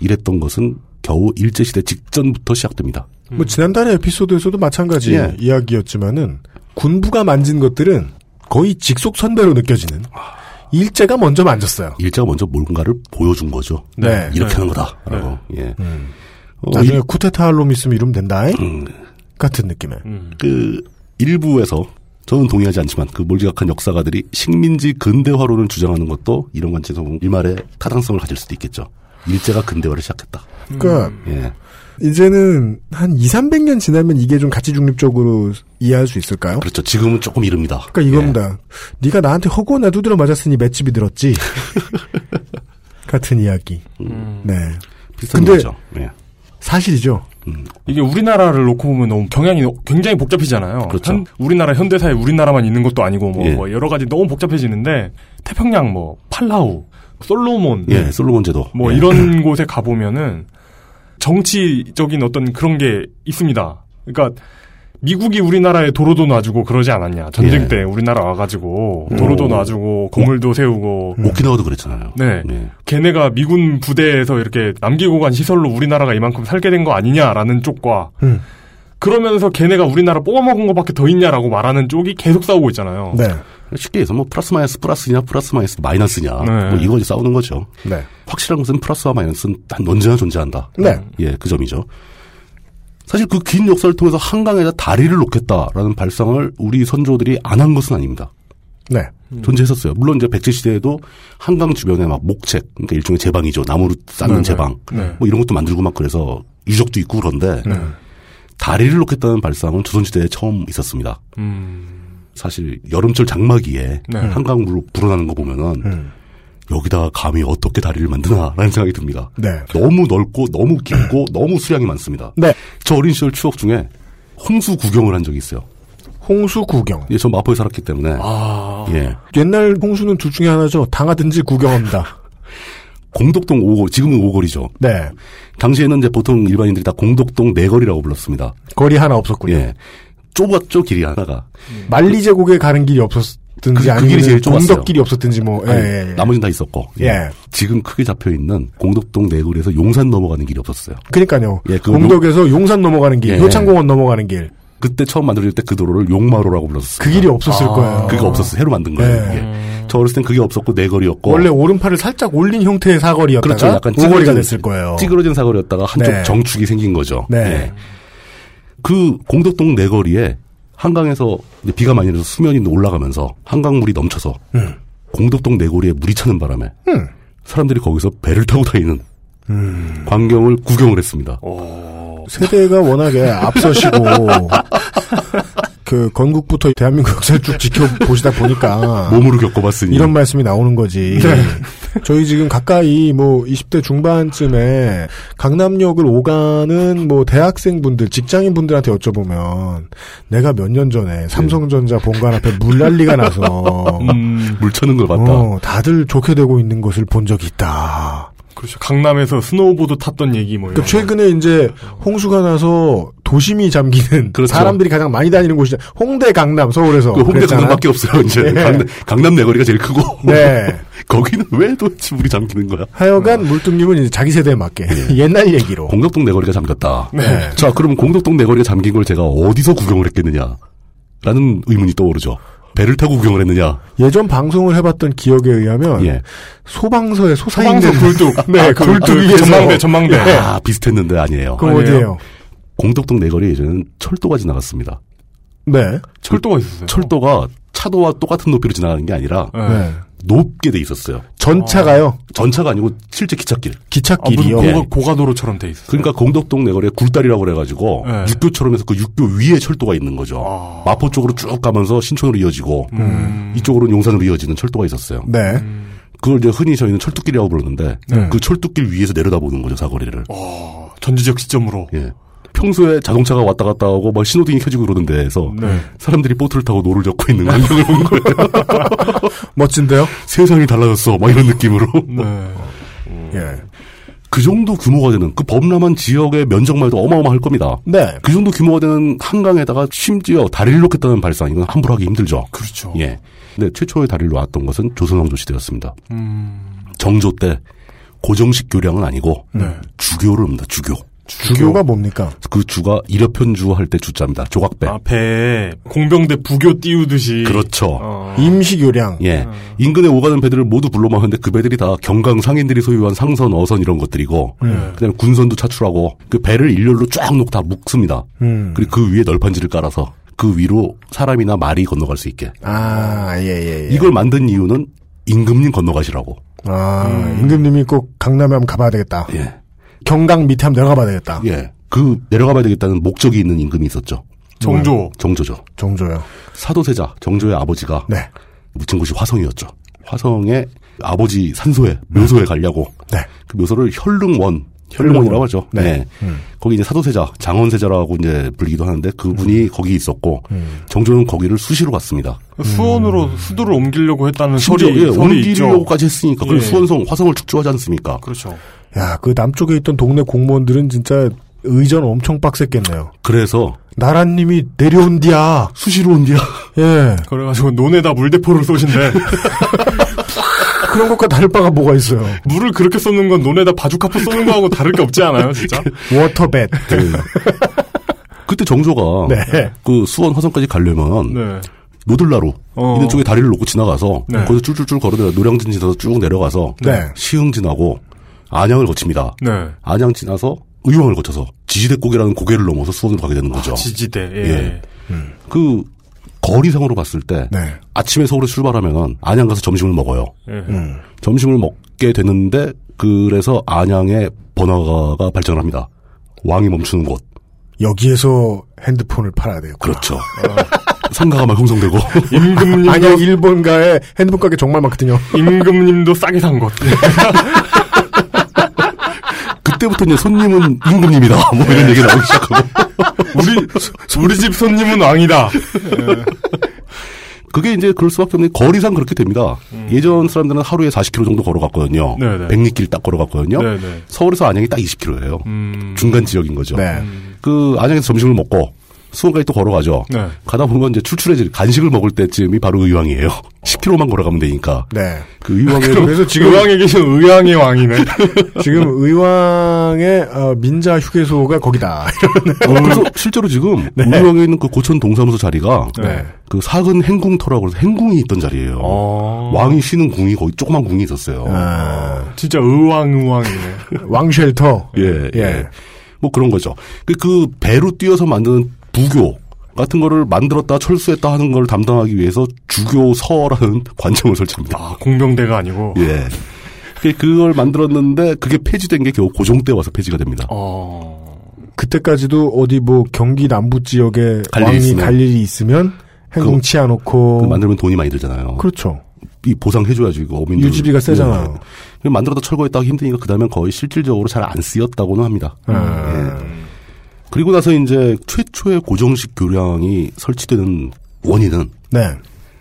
이랬던 것은 겨우 일제시대 직전부터 시작됩니다. 뭐 지난달에 에피소드에서도 마찬가지 예. 이야기였지만은 군부가 만진 것들은 거의 직속 선배로 느껴지는 일제가 먼저 만졌어요. 일제가 먼저 뭔가를 보여준 거죠. 네. 이렇게 네. 하는 거다라고. 예. 어, 나중에 쿠데타 할놈 있으면 이름 된다. 잉 음, 같은 느낌의. 그 일부에서 저는 동의하지 않지만 그 몰지각한 역사가들이 식민지 근대화론을 주장하는 것도 이런 관점에서 보면 일말의 타당성을 가질 수도 있겠죠. 일제가 근대화를 시작했다. 그러니까 예. 이제는 한 2, 300년 지나면 이게 좀 가치 중립적으로 이해할 수 있을까요? 그렇죠. 지금은 조금 이릅니다. 예. 그러니까 이겁니다. 네가 나한테 허구나 두드려 맞았으니 맷집이 들었지. 같은 이야기. 네. 예. 비슷한 근데- 거죠. 예. 사실이죠. 이게 우리나라를 놓고 보면 너무 경향이 노- 굉장히 복잡해지잖아요. 그렇죠. 우리나라 현대사에 우리나라만 있는 것도 아니고 뭐, 예. 뭐 여러 가지 너무 복잡해지는데 태평양 뭐 팔라우, 솔로몬 예, 솔로몬 제도. 뭐 예. 이런 곳에 가 보면은 정치적인 어떤 그런 게 있습니다. 그러니까 미국이 우리나라에 도로도 놔주고 그러지 않았냐. 전쟁 예. 때 우리나라 와가지고 음. 도로도 오. 놔주고 어. 건물도 세우고 음. 오키나와도 그랬잖아요. 네. 예. 걔네가 미군 부대에서 이렇게 남기고 간 시설로 우리나라가 이만큼 살게 된 거 아니냐라는 쪽과 음. 그러면서 걔네가 우리나라 뽑아먹은 것밖에 더 있냐라고 말하는 쪽이 계속 싸우고 있잖아요. 네. 쉽게 얘기해서 뭐 플러스 마이너스 플러스냐 플러스 마이너스 마이너스냐 네. 뭐 이거 싸우는 거죠. 네. 확실한 것은 플러스와 마이너스는 단 언제나 존재한다. 네. 예, 그 점이죠. 사실 그 긴 역사를 통해서 한강에다 다리를 놓겠다라는 발상을 우리 선조들이 안 한 것은 아닙니다. 네. 음. 존재했었어요. 물론 이제 백제 시대에도 한강 주변에 막 목책, 그러니까 일종의 제방이죠. 나무로 쌓는 네, 네. 제방, 네. 뭐 이런 것도 만들고 막 그래서 유적도 있고 그런데 다리를 놓겠다는 발상은 조선시대에 처음 있었습니다. 음. 사실 여름철 장마기에 네. 한강물로 불어나는 거 보면은 음. 여기다가 감히 어떻게 다리를 만드나라는 생각이 듭니다. 네. 너무 넓고 너무 깊고 너무 수량이 많습니다. 네. 저 어린 시절 추억 중에 홍수 구경을 한 적이 있어요. 홍수 구경. 예, 전 마포에 살았기 때문에 아. 예 옛날 홍수는 둘 중에 하나죠. 당하든지 구경합니다. 공덕동 오거 지금은 오거리죠. 네. 당시에는 이제 보통 일반인들이 다 공덕동 내거리라고 불렀습니다. 거리 하나 없었군요. 예. 좁았죠 길이 하나가. 만리 제국에 가는 길이 없었든지 그- 그 아니면 길이 제일 좁았어요. 공덕길이 없었든지 뭐. 예, 아니, 예, 예. 나머지는 다 있었고. 예. 예. 지금 크게 잡혀 있는 공덕동 내거리에서 용산 넘어가는 길이 없었어요. 그러니까요. 예, 그 공덕에서 용산 넘어가는 길, 예. 효창공원 넘어가는 길. 그때 처음 만들어질 때 그 도로를 용마로라고 불렀어요. 그 길이 없었을 아. 거예요. 그게 없었어요. 새로 만든 거예요. 예. 이게. 저 어렸을 땐 그게 없었고 내거리였고. 원래 오른팔을 살짝 올린 형태의 사거리였다가 그렇죠. 약간 오거리가 찌그러진- 됐을 거예요. 찌그러진 사거리였다가 한쪽 네. 정축이 생긴 거죠. 네. 예. 그 공덕동 내거리에 한강에서 이제 비가 많이 내려서 수면이 올라가면서 한강물이 넘쳐서 음. 공덕동 네 내거리에 물이 차는 바람에 사람들이 거기서 배를 타고 다니는 음. 광경을 구경을 했습니다. 세대가 워낙에 앞서시고 그 건국부터 대한민국 역사를 쭉 지켜보시다 보니까 몸으로 겪어봤으니 이런 말씀이 나오는 거지. 네. 저희 지금 가까이 뭐 20대 중반쯤에 강남역을 오가는 뭐 대학생분들, 직장인분들한테 여쭤보면 내가 몇 년 네. 전에 삼성전자 본관 앞에 물난리가 나서 음, 음, 물 차는 걸 봤다. 어, 다들 좋게 되고 있는 것을 본 적이 있다. 그렇죠. 강남에서 스노우보드 탔던 얘기 뭐 네. 이런. 그러니까 최근에 이제 홍수가 나서 도심이 잠기는 그렇죠. 사람들이 가장 많이 다니는 곳이 홍대 강남 서울에서 그 홍대 그랬잖아요. 강남밖에 없어요. 이제 예. 강남, 강남 내거리가 제일 크고 네. 거기는 왜 도대체 물이 잠기는 거야? 하여간 물뚱님은 이제 자기 세대에 맞게 옛날 얘기로 예. 공덕동 내거리가 잠겼다. 네. 자, 그럼 공덕동 내거리가 잠긴 걸 제가 어디서 구경을 했겠느냐? 라는 의문이 떠오르죠. 배를 타고 구경을 했느냐? 예전 방송을 해봤던 기억에 네. 의하면 예. 소방서에 소방서 소사인들 굴뚝. 네, 그- 굴뚝 그 위에서. 전망대, 전망대. 아, 비슷했는데 아니에요. 그 아니에요? 어디예요? 공덕동 내거리에 예전에는 철도가 지나갔습니다. 네. 철도가 있었어요. 철도가 차도와 똑같은 높이로 지나가는 게 아니라 네. 네. 높게 돼 있었어요. 전차가요. 전차가 아니고 실제 기찻길. 아, 무슨 기찻길이요. 네. 예. 고가, 고가도로처럼 돼 있었어요. 그러니까 공덕동 내거리에 굴다리라고 그래가지고 네. 아. 육교처럼 해서 그 육교 위에 철도가 있는 거죠. 마포 쪽으로 쭉 가면서 신촌으로 이어지고 음. 이쪽으로는 용산으로 이어지는 철도가 있었어요. 네. 그걸 이제 흔히 저희는 철뚝길이라고 부르는데 네. 그 철뚝길 위에서 내려다보는 거죠 사거리를. 어, 전지적 시점으로. 예. 평소에 자동차가 왔다 갔다 하고 막 신호등이 켜지고 그러는 데에서 네. 사람들이 보트를 타고 노를 젓고 있는 광경을 본 거예요. 멋진데요? 세상이 달라졌어, 막 이런 느낌으로. 네. 예. 그 정도 규모가 되는 그 범람한 지역의 면적만 해도 어마어마할 겁니다. 네. 그 정도 규모가 되는 한강에다가 심지어 다리를 놓겠다는 발상 이건 함부로 하기 힘들죠. 그렇죠. 예. 근데 최초의 다리를 놓았던 것은 조선왕조 시대였습니다. 음. 정조 때 고정식 교량은 아니고 네. 주교를 옵니다. 주교. 주교가 뭡니까? 그 주가 이력편주 할 때 주자입니다. 조각배. 아, 배에 공병대 부교 띄우듯이. 그렇죠. 어. 임시교량. 예. 인근에 오가는 배들을 모두 불러모았는데 그 배들이 다 경강 상인들이 소유한 상선, 어선 이런 것들이고, 네. 그 다음에 군선도 차출하고, 그 배를 일렬로 쫙 놓고 다 묶습니다. 음. 그리고 그 위에 널판지를 깔아서 그 위로 사람이나 말이 건너갈 수 있게. 아, 예, 예, 예. 이걸 만든 이유는 임금님 건너가시라고. 아, 임금님이 꼭 강남에 한번 가봐야 되겠다. 음. 예. 경강 밑에 한번 내려가봐야 되겠다. 예. 그 내려가봐야 되겠다는 목적이 있는 임금이 있었죠. 정조. 정조죠. 정조요. 사도세자, 정조의 아버지가 네. 묻힌 곳이 화성이었죠. 화성의 아버지 산소에 묘소에 가려고 네. 그 묘소를 현릉원 현릉원이라고 하죠. 네. 네. 거기 이제 사도세자 장원세자라고 이제 불리기도 하는데 그분이 거기 있었고 정조는 거기를 수시로 갔습니다. 수원으로 수도를 옮기려고 했다는 심지어 설이, 예, 설이 그 있죠. 옮기려고까지 했으니까 예. 그걸 수원성 화성을 축조하지 않습니까? 그렇죠. 야, 그 남쪽에 있던 동네 공무원들은 진짜 의전 엄청 빡셌겠네요. 그래서 나라님이 내려온디야. 수시로 온디야. 예. 그래가지고 논에다 물대포를 쏘신데 그런 것과 다를 바가 뭐가 있어요. 물을 그렇게 쏘는 건 논에다 바주카포 쏘는 거하고 다를 게 없지 않아요, 진짜? 워터벳. 네. 그때 정조가 네. 그 수원 화성까지 가려면 네. 노들나루 어. 있는 쪽에 다리를 놓고 지나가서 네. 거기서 줄줄줄 걸어내려 노량진 지나서 쭉 내려가서 네. 시흥 지나고 안양을 거칩니다. 네. 안양 지나서 의왕을 거쳐서 지지대 고개라는 고개를 넘어서 수원으로 아, 가게 되는 거죠. 지지대. 예. 예. 그 거리상으로 봤을 때 네. 아침에 서울에 출발하면 안양 가서 점심을 먹어요. 예. 음. 점심을 먹게 되는데 그래서 안양의 번화가가 발전을 합니다. 왕이 멈추는 곳. 여기에서 핸드폰을 팔아야 돼요. 그렇죠. 상가가 막 형성되고 임금님도 아니야 일본가에 핸드폰 가게 정말 많거든요. 임금님도 싸게 산 곳. 그때부터 이제 손님은 임금님이다. 뭐 네. 이런 얘기 나오기 시작하고 우리 우리 집 손님은 왕이다. 그게 이제 그럴 수밖에 없는 게 거리상 그렇게 됩니다. 예전 사람들은 하루에 40km 정도 걸어갔거든요. 음. 네네. 백리길 딱 걸어갔거든요. 네네. 서울에서 안양이 딱 20km예요. 음. 중간 지역인 거죠. 네. 그 안양에서 점심을 먹고 수원까지 또 걸어가죠. 네. 가다 보면 이제 출출해질 간식을 먹을 때쯤이 바로 의왕이에요. 10km만 걸어가면 되니까. 네. 그 의왕에 그래서 지금 의왕에 계신 의왕의 왕이네. 지금 의왕의 어, 민자 휴게소가 거기다. 그래서 실제로 지금 의왕에 있는 그 고천 동사무소 자리가 네. 그 사근 행궁터라고 해서 행궁이 있던 자리예요. 어. 왕이 쉬는 궁이 거기 조그만 궁이 있었어요. 아, 진짜 의왕 의왕이네. 왕쉘터. 예, 예. 예. 뭐 그런 거죠. 그, 그 배로 뛰어서 만드는 부교 같은 거를 만들었다 철수했다 하는 걸 담당하기 위해서 주교서라는 관청을 설치합니다. 아 공병대가 아니고. 예. 그- 그걸 만들었는데 그게 폐지된 게 겨우 고종 때 와서 폐지가 됩니다. 어. 그때까지도 어디 뭐 경기 남부 지역에 갈 일이 왕이 있으면. 갈 일이 있으면 행궁 그- 치아놓고 그거 만들면 돈이 많이 들잖아요. 그렇죠. 이 보상해줘야죠. 이거 어민들. 유지비가 세잖아요. 예. 그럼 만들었다 철거했다고 힘드니까 그다음에 거의 실질적으로 잘 안 쓰였다고는 합니다. 예. 그리고 나서 이제 최초의 고정식 교량이 설치되는 원인은 네.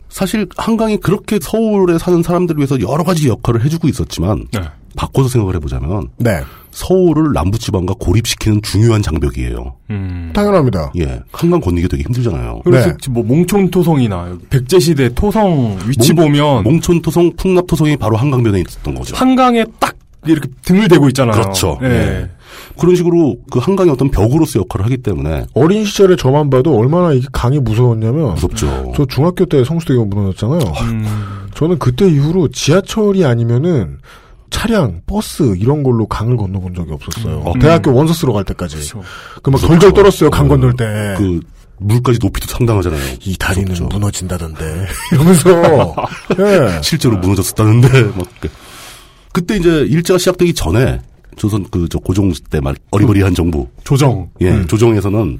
사실 한강이 그렇게 서울에 사는 사람들을 위해서 여러 가지 역할을 해주고 있었지만 네. 바꿔서 생각을 해보자면 네. 서울을 남부지방과 고립시키는 중요한 장벽이에요. 음. 당연합니다. 예, 한강 건너기 되게 힘들잖아요. 그래서 네. 뭐 몽촌 토성이나 백제 시대 토성 위치 몽- 보면 몽촌 토성, 풍납 토성이 바로 한강변에 있었던 거죠. 한강에 딱 이렇게 등을 대고 있잖아요. 그렇죠. 예. 예. 네. 그런 식으로 그 한강이 어떤 벽으로서 역할을 하기 때문에 어린 시절에 저만 봐도 얼마나 이게 강이 무서웠냐면 무섭죠. 저 중학교 때 성수대교 무너졌잖아요. 음. 저는 그때 이후로 지하철이 아니면은 차량, 버스 이런 걸로 강을 건너본 적이 없었어요. 음. 대학교 원서스로 갈 때까지. 그렇죠. 음. 그 막 덜덜 떨었어요. 강 그- 건널 네. 때. 그 물까지 높이도 상당하잖아요. 이 다리는 무섭죠. 무너진다던데 이러면서 예. 실제로 아. 무너졌었다는데 막 그- 그때 이제 일제가 시작되기 전에 조선 그 저 고종 때말 어리버리한 정부 조정. 예, 조정에서는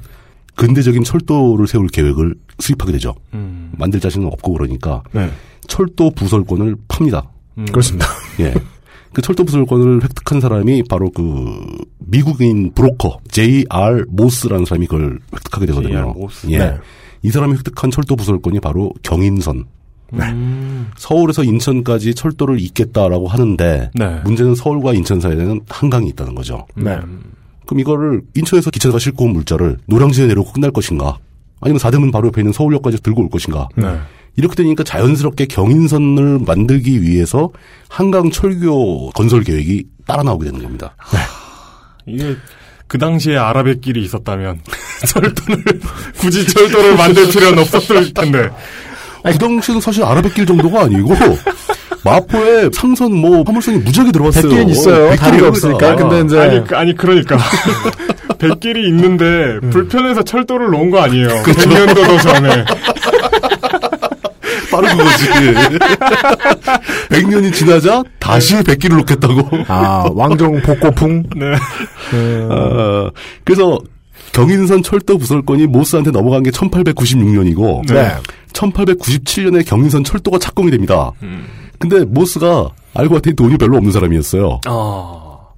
근대적인 철도를 세울 계획을 수립하게 되죠. 음. 만들 자신은 없고 그러니까 네. 철도 부설권을 팝니다. 음. 그렇습니다. 예. 그 철도 부설권을 획득한 사람이 바로 그 미국인 브로커 J.R. 모스라는 사람이 그걸 획득하게 되거든요. J.R. 모스. 예. 네. 이 사람이 획득한 철도 부설권이 바로 경인선. 네. 서울에서 인천까지 철도를 잇겠다라고 하는데 네. 문제는 서울과 인천 사이에는 한강이 있다는 거죠. 음. 네. 그럼 이거를 인천에서 기차가 싣고 온 물자를 노량진에 내려고 끝날 것인가? 아니면 사대문 바로 옆에 있는 서울역까지 들고 올 것인가? 네. 이렇게 되니까 자연스럽게 경인선을 만들기 위해서 한강 철교 건설 계획이 따라 나오게 되는 겁니다. 이게 그 당시에 아랍의 길이 있었다면 철도를 굳이 철도를 만들 필요는 없었을 텐데. 그 당시는 사실 아라뱃길 정도가 아니고 마포에 상선 뭐 화물선이 무지하게 들어왔어요. 백길은 있어요. 백길이 다리가 없어요. 없으니까. 근데 이제 아니 그- 아니 그러니까 음. 백길이 있는데 불편해서 철도를 놓은 거 아니에요. 그렇죠. 100년도도 전에. 바로 그거지. 백년이 지나자 다시 백길을 놓겠다고. 아 왕정 복고풍 네. 어, 그래서 경인선 철도 부설권이 모스한테 넘어간 게 1896년이고 네. 1897년에 경인선 철도가 착공이 됩니다. 음. 근데 모스가 알고 봤더니 돈이 별로 없는 사람이었어요. 아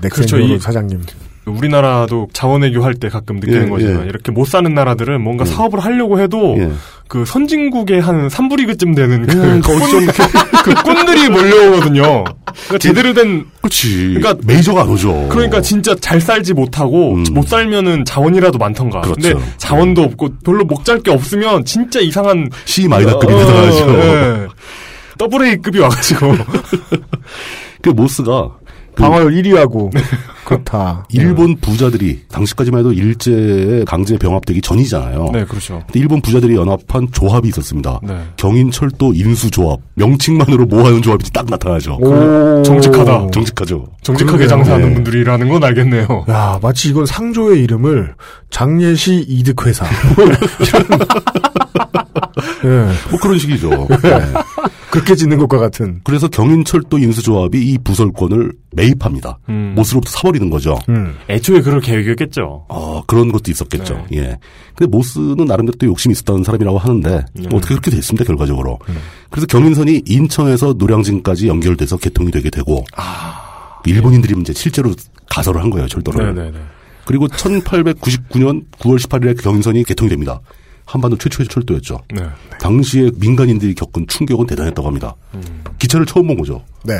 우리 그렇죠, 넥센 이- 그 사장님 우리나라도 자원 외교할 때 가끔 느끼는 예, 거지만 예. 이렇게 못 사는 나라들은 뭔가 사업을 하려고 해도 예. 그 선진국의 한 3부리그쯤 되는 그, 꾼, 음, 거기 좀 그 꾼들이 몰려오거든요. 그러니까 제대로 된 그렇지. 그러니까- 메이저가 안 오죠. 그러니까 진짜 잘 살지 못하고 어. 음. 못 살면은 자원이라도 많던가. 그렇죠. 근데 자원도 없고 별로 먹잘 게 없으면 진짜 이상한 C 어, 마이너급이 예. 네. 되더라죠. 더블 A급이 와가지고. 그 모스가 방어율 네. 1위하고 그렇다. 예. 일본 부자들이 당시까지만 해도 일제의 강제 병합되기 전이잖아요. 네, 그렇죠. 근데 일본 부자들이 연합한 조합이 있었습니다. 네. 경인철도 인수조합 명칭만으로 뭐 하는 조합인지 딱 나타나죠. 오. 그 정직하다. 정직하죠. 정직하게 그러네요. 장사하는 네. 분들이라는 건 알겠네요. 야, 마치 이건 상조의 이름을 장례시 이득회사. 이런- 예, 뭐 그런 식이죠. 네. 그렇게 짓는 것과 같은. 그래서 경인철도 인수조합이 이 부설권을 매입합니다. 음. 모스로부터 사버리는 거죠. 음. 애초에 그럴 계획이었겠죠. 어, 그런 것도 있었겠죠. 네. 예. 근데 모스는 나름대로 또 욕심이 있었던 사람이라고 하는데 음. 어떻게 그렇게 됐습니다 결과적으로. 그래서 경인선이 인천에서 노량진까지 연결돼서 개통이 되게 되고 일본인들이 이제 실제로 가설을 한 거예요 철도를. 아. 네네네. 그리고 1899년 9월 18일에 경인선이 개통이 됩니다. 한반도 최초의 철도였죠. 네. 당시에 민간인들이 겪은 충격은 대단했다고 합니다. 기차를 처음 본 거죠. 네.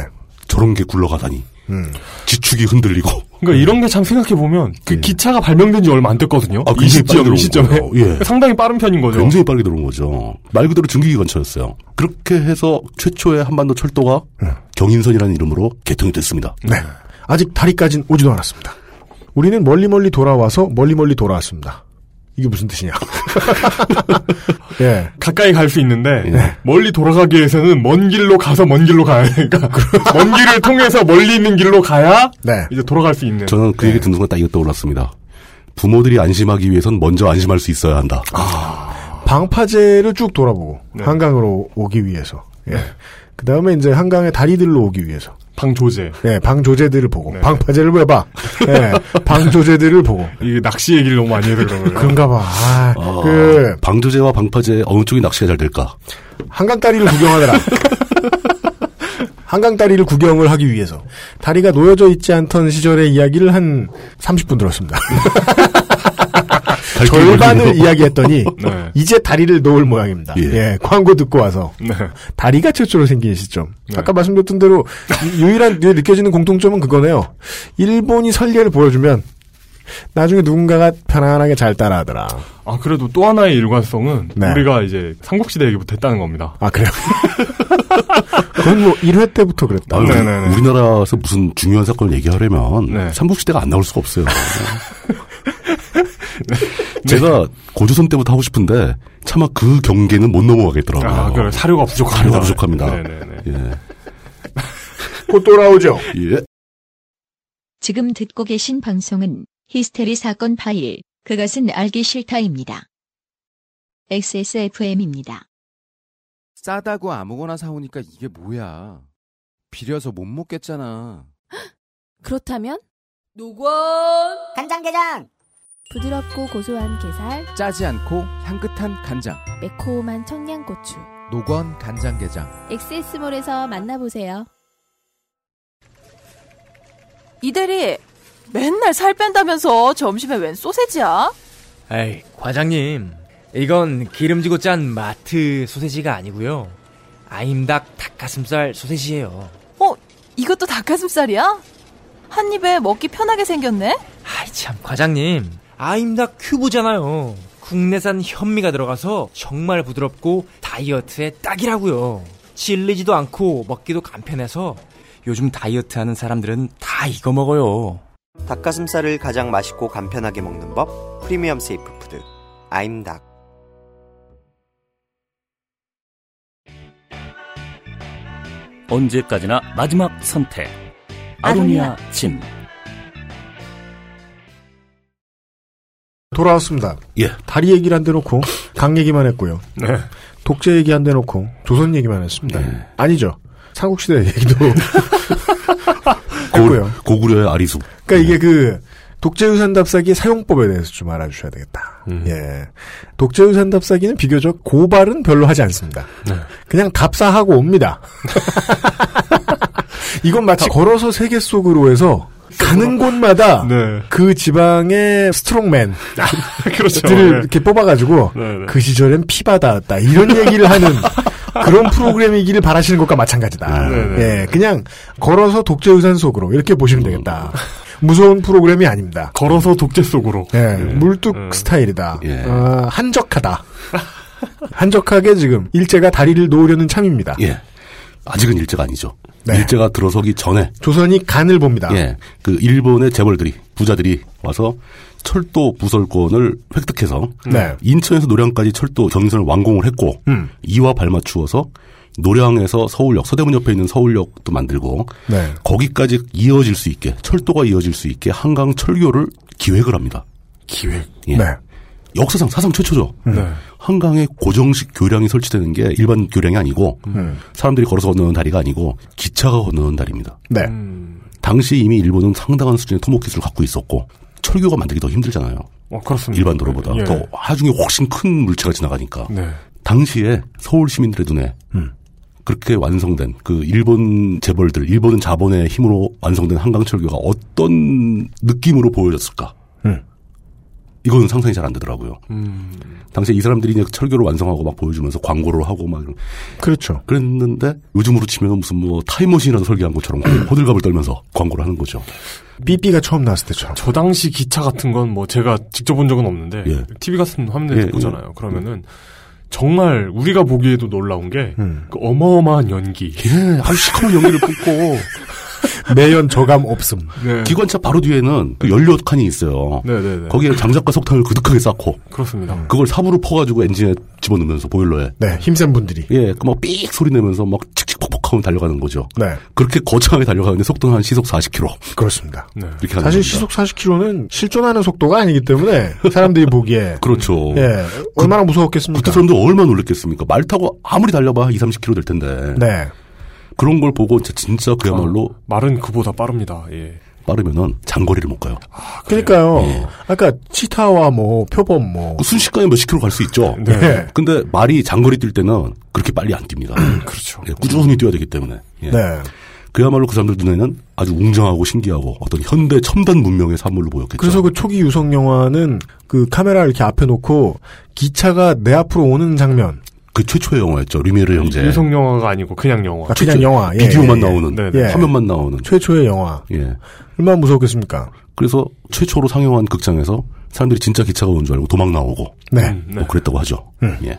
저런 게 굴러가다니. 음. 지축이 흔들리고. 그러니까 이런 게 참 생각해 보면 그 예. 기차가 발명된 지 얼마 안 됐거든요. 아, 이 굉장히 빨리 시점, 들어온 이 시점에 거예요. 예. 상당히 빠른 편인 거죠. 굉장히 빠르게 들어온 거죠. 말 그대로 증기기관차였어요. 그렇게 해서 최초의 한반도 철도가 경인선이라는 이름으로 개통이 됐습니다. 네. 아직 다리까진 오지도 않았습니다. 우리는 멀리 멀리 돌아와서 멀리 멀리 돌아왔습니다. 이게 무슨 뜻이냐. 예. 가까이 갈 수 있는데 예. 멀리 돌아가기 위해서는 먼 길로 가서 먼 길로 가야 되니까 그렇죠. 먼 길을 통해서 멀리 있는 길로 가야 네. 이제 돌아갈 수 있는. 저는 그 얘기 듣는 순간 딱 이거 떠올랐습니다. 부모들이 안심하기 위해선 먼저 안심할 수 있어야 한다. 아, 방파제를 쭉 돌아보고 네. 한강으로 오기 위해서. 예. 그 다음에 이제 한강의 다리들로 오기 위해서. 방조제. 예, 방조제들을 보고 네. 방파제를 왜 봐? 예, 방조제들을 보고 이게 낚시 얘기를 너무 많이 해서 그런 거예요. 그런가 봐. 아, 아, 그 방조제와 방파제 어느 쪽이 낚시가 잘 될까? 한강 다리를 구경하느라 한강 다리를 구경을 하기 위해서 다리가 놓여져 있지 않던 시절의 이야기를 한 30분 들었습니다. 네, 갈 길을 절반을 모르겠네요. 이야기했더니 그 네. 이제 다리를 놓을 모양입니다. 예. 예, 광고 듣고 와서 네. 다리가 최초로 생긴 시점. 아까 말씀드렸던 대로 유- 유일한 뇌 느껴지는 공통점은 그거네요. 일본이 설계를 보여주면 나중에 누군가가 편안하게 잘 따라하더라. 아 그래도 또 하나의 일관성은 네. 우리가 이제 삼국시대 얘기부터 했다는 겁니다. 아 그래요? 그건 뭐 1회 때부터 그랬다. 아유, 네네네. 우리나라에서 무슨 중요한 사건을 얘기하려면 네. 삼국시대가 안 나올 수가 없어요. 네. 제가 고조선 때부터 하고 싶은데 차마 그 경계는 못 넘어가겠더라고요. 아 그래 사료가 부족합니다. 사료가 부족합니다. 네네네. 예. 곧 돌아오죠. 예. 지금 듣고 계신 방송은 히스테리 사건 파일, 그것은 알기 싫다입니다. XSFM입니다. 싸다고 아무거나 사오니까 이게 뭐야. 비려서 못 먹겠잖아. 그렇다면 노건 간장게장 부드럽고 고소한 게살, 짜지 않고 향긋한 간장. 매콤한 청양고추. 노건 간장게장. 엑세스몰에서 만나보세요. 이대리 맨날 살 뺀다면서 점심에 웬 소세지야? 에이, 과장님. 이건 기름지고 짠 마트 소세지가 아니고요. 아임닭 닭가슴살 소세지예요. 어 이것도 닭가슴살이야? 한 입에 먹기 편하게 생겼네. 아이 참, 과장님. 아임닭 큐브잖아요. 국내산 현미가 들어가서 정말 부드럽고 다이어트에 딱이라고요. 질리지도 않고 먹기도 간편해서 요즘 다이어트 하는 사람들은 다 이거 먹어요. 닭가슴살을 가장 맛있고 간편하게 먹는 법 프리미엄 세이프 푸드 아임닭 언제까지나 마지막 선택. 아로니아 침. 돌아왔습니다. 예. 다리 얘기를 안 대놓고 강 얘기만 했고요. 네. 독재 얘기 안 대놓고 조선 얘기만 했습니다. 네. 아니죠. 삼국시대 얘기도 했고요. 고, 구려의 아리수. 네. 그러니까 이게 그 독재유산 답사기의 사용법에 대해서 좀 알아주셔야 되겠다. 음. 예, 독재유산 답사기는 비교적 고발은 별로 하지 않습니다. 네. 그냥 답사하고 옵니다. 이건 마치 걸어서 세계 속으로 해서 가는 곳마다 네. 그 지방의 스트롱맨 그렇죠. 들을 네. 이렇게 뽑아가지고 네, 네. 그 시절엔 피받았다 이런 얘기를 하는 그런 프로그램이기를 바라시는 것과 마찬가지다. 네, 네, 음. 예, 그냥 걸어서 독재유산 속으로 이렇게 보시면 되겠다. 무서운 프로그램이 아닙니다. 걸어서 독재 속으로. 네. 예, 물뚝 음. 스타일이다. 예. 아, 한적하다. 한적하게 지금 일제가 다리를 놓으려는 참입니다. 예. 아직은 예. 일제가 아니죠. 일제가 들어서기 전에 조선이 간을 봅니다. 예, 그 일본의 재벌들이 부자들이 와서 철도 부설권을 획득해서 네. 인천에서 노량까지 철도 경의선을 완공을 했고 음. 이와 발맞추어서 노량에서 서울역 서대문 옆에 있는 서울역도 만들고 네. 거기까지 이어질 수 있게 철도가 이어질 수 있게 한강 철교를 기획을 합니다. 기획. 예. 네. 역사상 사상 최초죠. 네. 한강에 고정식 교량이 설치되는 게 일반 교량이 아니고 음. 사람들이 걸어서 건너는 다리가 아니고 기차가 건너는 다리입니다. 네. 음. 당시 이미 일본은 상당한 수준의 토목 기술을 갖고 있었고 철교가 만들기 더 힘들잖아요. 어, 그렇습니다. 일반 도로보다 예. 더 하중에 훨씬 큰 물체가 지나가니까 네. 음. 당시에 서울 시민들의 눈에 그렇게 완성된 그 일본 재벌들, 일본은 자본의 힘으로 완성된 한강철교가 어떤 느낌으로 보여졌을까? 음. 이거는 상상이 잘 안 되더라고요. 음. 당시에 이 사람들이 이제 철교를 완성하고 막 보여주면서 광고를 하고 막 이런. 그렇죠. 그랬는데 요즘으로 치면 무슨 뭐 타임머신이라도 설계한 것처럼 호들갑을 떨면서 광고를 하는 거죠. 삐삐가 처음 나왔을 때처럼. 저 당시 기차 같은 건 뭐 제가 직접 본 적은 없는데 예. TV 같은 화면에서 예, 보잖아요. 예. 그러면은 정말 우리가 보기에도 놀라운 게 음. 그 어마어마한 연기. 예, 아주 시커먼 연기를 뿜고 매연 저감 없음. 네. 기관차 바로 뒤에는 그 연료 칸이 있어요. 네네네. 거기에 장작과 석탄을 그득하게 쌓고 그렇습니다. 그걸 삽으로 퍼가지고 엔진에 집어넣으면서 보일러에 네, 힘센 분들이 예, 그막삑 소리 내면서 막 칙칙폭폭하면 달려가는 거죠. 네. 그렇게 거창하게 달려가는데 속도는 한 시속 40km. 그렇습니다. 네. 이렇게 가는 사실 겁니다. 시속 40km는 실존하는 속도가 아니기 때문에 사람들이 보기에 그렇죠. 예, 얼마나 무서웠겠습니까? 그때 사람들 얼마나 놀랬겠습니까? 말 타고 아무리 달려봐 2, 30km 될 텐데. 네. 그런 걸 보고 진짜- 진짜 그야말로 말은 그보다 빠릅니다. 예. 빠르면은 장거리를 못 가요. 그러니까요. 예. 아까 치타와 뭐 표범 뭐 그 순식간에 몇십 킬로 갈 수 있죠. 네. 네. 근데 말이 장거리 뛸 때는 그렇게 빨리 안 뜁니다. 그렇죠. 예, 꾸준히 뛰어야 되기 때문에. 예. 음, 네. 그야말로 그 사람들 눈에는 아주 웅장하고 신기하고 어떤 현대 첨단 문명의 산물로 보였겠죠. 그래서 그 초기 유성 영화는 그 카메라 이렇게 앞에 놓고 기차가 내 앞으로 오는 장면. 그 최초의 영화였죠. 리메르 형제. 유성 영화가 아니고 그냥 영화. 아, 그냥 영화. 예, 비디오만 예, 예. 나오는 네네. 예. 화면만 나오는 최초의 영화. 예. 얼마나 무서웠겠습니까? 그래서 최초로 상영한 극장에서 사람들이 진짜 기차가 온 줄 알고 도망 나오고 네. 뭐 그랬다고 하죠. 음. 예.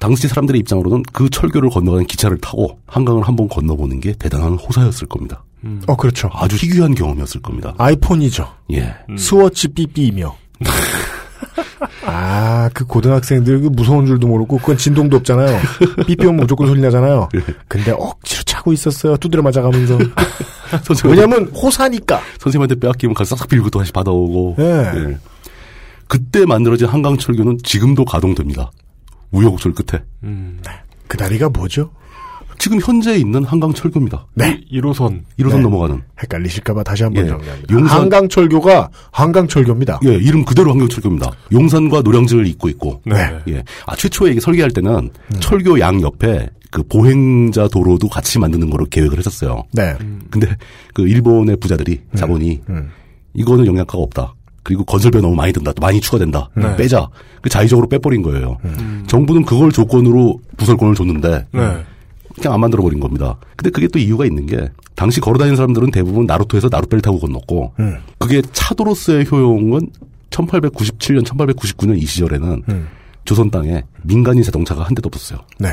당시 사람들의 입장으로는 그 철교를 건너가는 기차를 타고 한강을 한번 건너보는 게 대단한 호사였을 겁니다. 어, 그렇죠. 음. 아주 희귀한 경험이었을 겁니다. 아이폰이죠. 예. 음. 스워치 삐삐이며. 아, 그 고등학생들 그 무서운 줄도 모르고 그건 진동도 없잖아요. 삐삐오면 무조건 소리 나잖아요. 예. 근데 억지로 차고 있었어요. 두드려 맞아가면서. 왜냐면 호사니까. 선생님한테 빼앗기면 가서 싹 빌고 또 다시 받아오고. 예. 예. 그때 만들어진 한강철교는 지금도 가동됩니다. 우여곡절 끝에. 그 다리가 뭐죠? 지금 현재 있는 한강철교입니다. 네. 1호선. 1호선 넘어가는. 헷갈리실까봐 다시 한번 예. 정리합니다. 용산- 한강철교가 한강철교입니다. 예, 이름 그대로 한강철교입니다. 용산과 노량진을 잇고 있고. 네. 예. 아, 최초에 이게 설계할 때는 철교 양 옆에 그 보행자 도로도 같이 만드는 거로 계획을 했었어요. 네. 근데 그 일본의 부자들이 자본이 음. 이거는 영양가가 없다. 그리고 건설비가 너무 많이 든다. 또 많이 추가된다. 음. 네. 빼자. 그 자의적으로 빼버린 거예요. 정부는 그걸 조건으로 부설권을 줬는데 네. 그냥 안 만들어버린 겁니다. 근데 그게 또 이유가 있는 게 당시 걸어다니는 사람들은 대부분 나루토에서 나룻배를 타고 건넜고 음. 그게 차도로서의 효용은 1897년, 1899년 이 시절에는 음. 조선 땅에 민간인 자동차가 한 대도 없었어요. 네.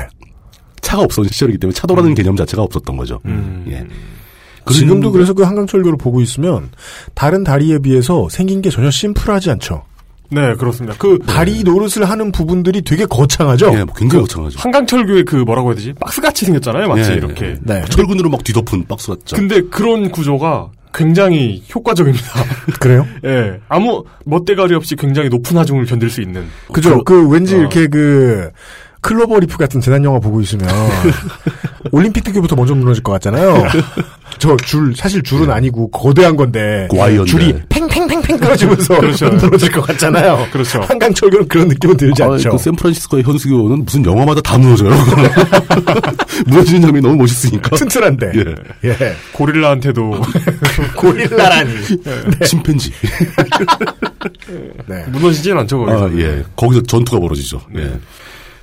차가 없었던 시절이기 때문에 차도라는 개념 자체가 없었던 거죠. 예. 음. 음. 지금도 그래서 그 한강철교를 보고 있으면 다른 다리에 비해서 생긴 게 전혀 심플하지 않죠. 네, 그렇습니다. 그 다리 노릇을 하는 부분들이 되게 거창하죠. 예, 뭐 굉장히 거창하죠. 어. 한강철교의 그 뭐라고 해야 되지? 박스 같이 생겼잖아요, 마치 예, 이렇게. 예. 철근으로 막 뒤덮은 박스 같죠. 근데 그런 구조가 굉장히 효과적입니다. 그래요? 예. 아무 멋대가리 없이 굉장히 높은 하중을 견딜 수 있는. 그죠. 그 어. 왠지 이렇게 그 클로버 리프 같은 재난 영화 보고 있으면 올림픽 특유부터 먼저 무너질 것 같잖아요. 저 줄 사실 예. 줄은 아니고 거대한 건데 그 와이어인데. 줄이 팽팽팽팽 끊어지면서 그렇죠. 무너질 것 같잖아요. 그렇죠. 한강철교는 그런 느낌은 들지 아, 않죠. 그 샌프란시스코의 현수교는 무슨 영화마다 다 무너져요. 무너지는 장면이 너무 멋있으니까. 튼튼한데. 예. 예. 그 아, 고릴라한테도 고릴라라니. 침팬지. 네. 무너지진 않죠, 거기서. 네. 아, 예. 거기서 전투가 벌어지죠. 예.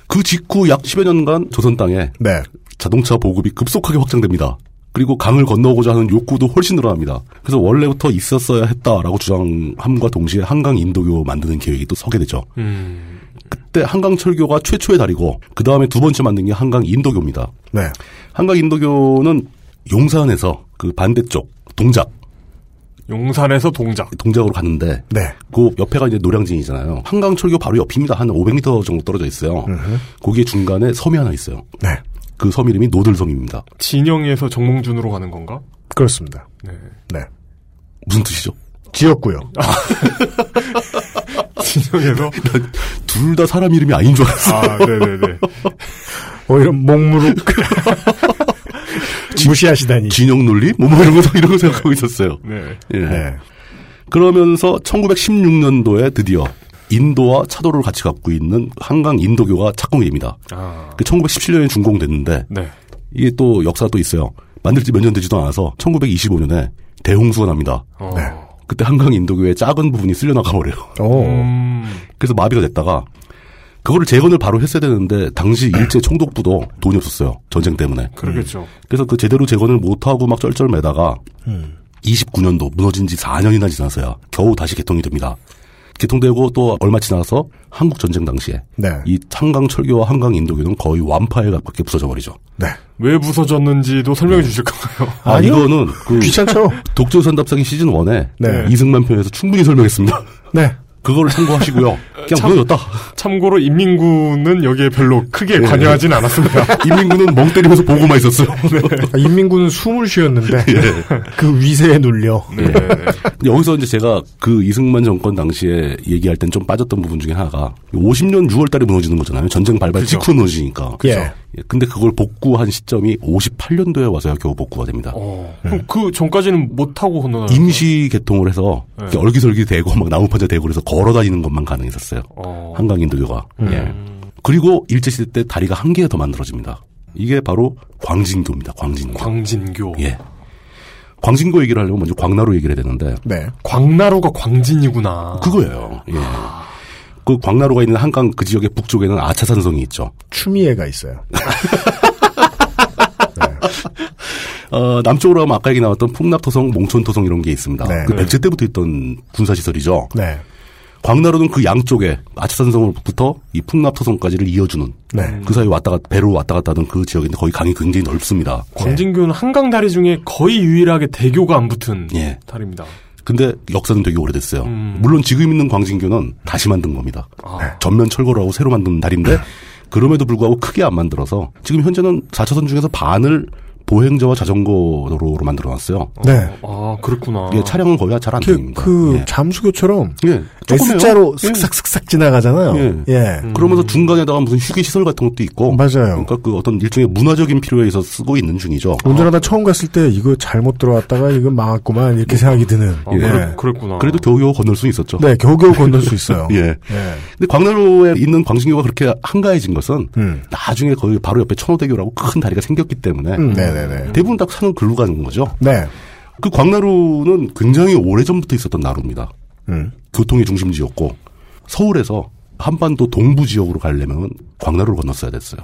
그 직후 약 10여 년간 조선 땅에 네. 자동차 보급이 급속하게 확장됩니다. 그리고 강을 건너고자 하는 욕구도 훨씬 늘어납니다. 그래서 원래부터 있었어야 했다라고 주장함과 동시에 한강 인도교 만드는 계획이 또 서게 되죠. 음. 그때 한강 철교가 최초의 다리고 그 다음에 두 번째 만든 게 한강 인도교입니다. 네. 한강 인도교는 용산에서 그 반대쪽 동작. 용산에서 동작. 동작으로 갔는데 네. 그 옆에가 이제 노량진이잖아요. 한강철교 바로 옆입니다. 한 500m 정도 떨어져 있어요. 거기에 중간에 섬이 하나 있어요. 네. 그 섬 이름이 노들섬입니다. 진영에서 정몽준으로 가는 건가? 그렇습니다. 네. 아. 무슨 뜻이죠? 지었고요. 진영에서 둘 다 사람 이름이 아닌 줄 알았어. 아, 네네네. 오히려 어, 목무릎 무시하시다니. 진영 논리? 뭐, 뭐 이런 거 이런 거 생각하고 있었어요. 네. 예. 그러면서 1916년도에 드디어 인도와 차도를 같이 갖고 있는 한강 인도교가 착공이 됩니다. 아. 그 1917년에 준공됐는데 네. 이게 또 역사가 또 있어요. 만들지 몇 년 되지도 않아서 1925년에 대홍수가 납니다. 어. 그때 한강 인도교의 작은 부분이 쓸려나가 버려요. 어. 음. 음, 그래서 마비가 됐다가 그거를 재건을 바로 했어야 되는데 당시 일제 총독부도 돈이 없었어요. 전쟁 때문에. 그러겠죠. 그래서 그 제대로 재건을 못하고 막 쩔쩔매다가 음. 29년도 무너진 지 4년이나 지나서야 겨우 다시 개통이 됩니다. 개통되고 또 얼마 지나서 한국 전쟁 당시에 네. 이 한강 철교와 한강 인도교는 거의 완파에 가깝게 부서져 버리죠. 왜 부서졌는지도 설명해 주실 건가요? 아, 이거는 그 독재우산 답사기 시즌 1에 네. 이승만 편에서 충분히 설명했습니다. 네. 그거를 참고하시고요. 그냥 참- 무너졌다. 참고로 인민군은 여기에 별로 예. 크게 관여하진 않았습니다. 인민군은 멍 때리면서 보고만 있었어요. 네. 아, 인민군은 숨을 쉬었는데 그 위세에 눌려. 예. 근데 여기서 이제 제가 그 이승만 정권 당시에 얘기할 땐 좀 빠졌던 부분 중에 하나가 50년 6월 달에 무너지는 거잖아요. 전쟁 발발 그죠. 직후 무너지니까. 그죠. 예. 예, 근데 그걸 복구한 시점이 58년도에 와서야 겨우 복구가 됩니다. 어. 예. 그럼 그 전까지는 못하고 혼나요. 임시 개통을 해서 예. 네. 이렇게 얼기설기 되고 막 나무판자 되고 그래서 걸어 다니는 것만 가능했었어요. 어. 한강인도교가. 음. 예. 그리고 일제시대 때 다리가 한 개가 더 만들어집니다. 이게 바로 광진교입니다. 광진교. 광진교. 예. 광진교 얘기를 하려면 먼저 광나루 얘기를 해야 되는데 네. 광나루가 광진이구나. 그거예요. 예. 그 광나루가 있는 한강 그 지역의 북쪽에는 아차산성이 있죠. 추미애가 있어요. 어, 남쪽으로 가면 아까 얘기 나왔던 풍납토성, 몽촌토성 이런 게 있습니다. 그 백제 때부터 있던 군사시설이죠. 네. 광나루는 그 양쪽에 아차산성으로부터 이 풍납토성까지를 이어주는 네. 그 사이 왔다 갔다 배로 왔다 갔다 하던 그 지역인데 거기 강이 굉장히 넓습니다. 네. 광진교는 한강 다리 중에 거의 유일하게 대교가 안 붙은 예. 다리입니다. 근데 역사는 되게 오래됐어요. 음. 물론 지금 있는 광진교는 다시 만든 겁니다. 아. 네. 전면 철거를 하고 새로 만든 네. 다리인데 그럼에도 불구하고 크게 안 만들어서 지금 현재는 4차선 중에서 반을 보행자와 자전거 도로로 만들어 놨어요. 네. 아, 그렇구나. 예, 차량은 거의 잘안 됩니다. 그 잠수교처럼 예, 조그매요. S자로 예. 슥싹슥싹 지나가잖아요. 예. 예. 그러면서 중간에다가 무슨 휴게 시설 같은 것도 있고 맞아요. 그러니까 그 어떤 일종의 문화적인 필요에 의해서 쓰고 있는 중이죠. 운전하다 처음 갔을 때 이거 잘못 들어왔다가 이거 망했구만 이렇게 생각이 드는. 예. 예. 그래도 겨우겨우 건널 수 있었죠. 네, 겨우겨우 건널 수 있어요. 예. 근데 광나루에 있는 광진교가 그렇게 한가해진 것은 나중에 거의 바로 옆에 천호대교라고 큰 다리가 생겼기 때문에 음, 네네네. 대부분 다 산은 글로 가는 거죠. 네. 그 광나루는 굉장히 오래전부터 있었던 나루입니다. 음. 교통의 중심지였고 서울에서 한반도 동부 지역으로 가려면 광나루를 건넜어야 됐어요.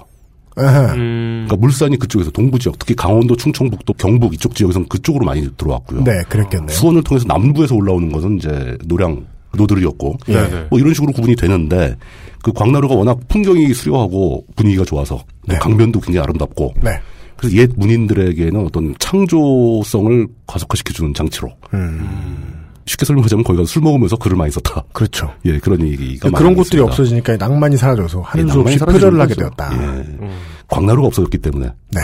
아하. 음, 그러니까 음. 물산이 그쪽에서 동부 지역, 특히 강원도, 충청북도, 경북 이쪽 지역에서는 그쪽으로 많이 그렇죠. 들어왔고요. 네, 그랬겠네요. 수원을 통해서 남부에서 올라오는 것은 이제 노량 노들이었고 네, 네. 뭐 이런 식으로 구분이 되는데 그 광나루가 워낙 풍경이 수려하고 분위기가 좋아서 또 강변도 굉장히 아름답고 네. 그래서 옛 문인들에게는 어떤 창조성을 가속화시켜주는 장치로 음. 쉽게 설명하자면 거기 가서 술 먹으면서 글을 많이 썼다. 그렇죠. 예, 그런 얘기가 많이 그런 곳들이 있습니다. 없어지니까 낭만이 사라져서 예, 하는 수 낭만이 없이 사라지는 표절을 하게 거죠. 되었다. 예. 광나루가 없어졌기 때문에. 네.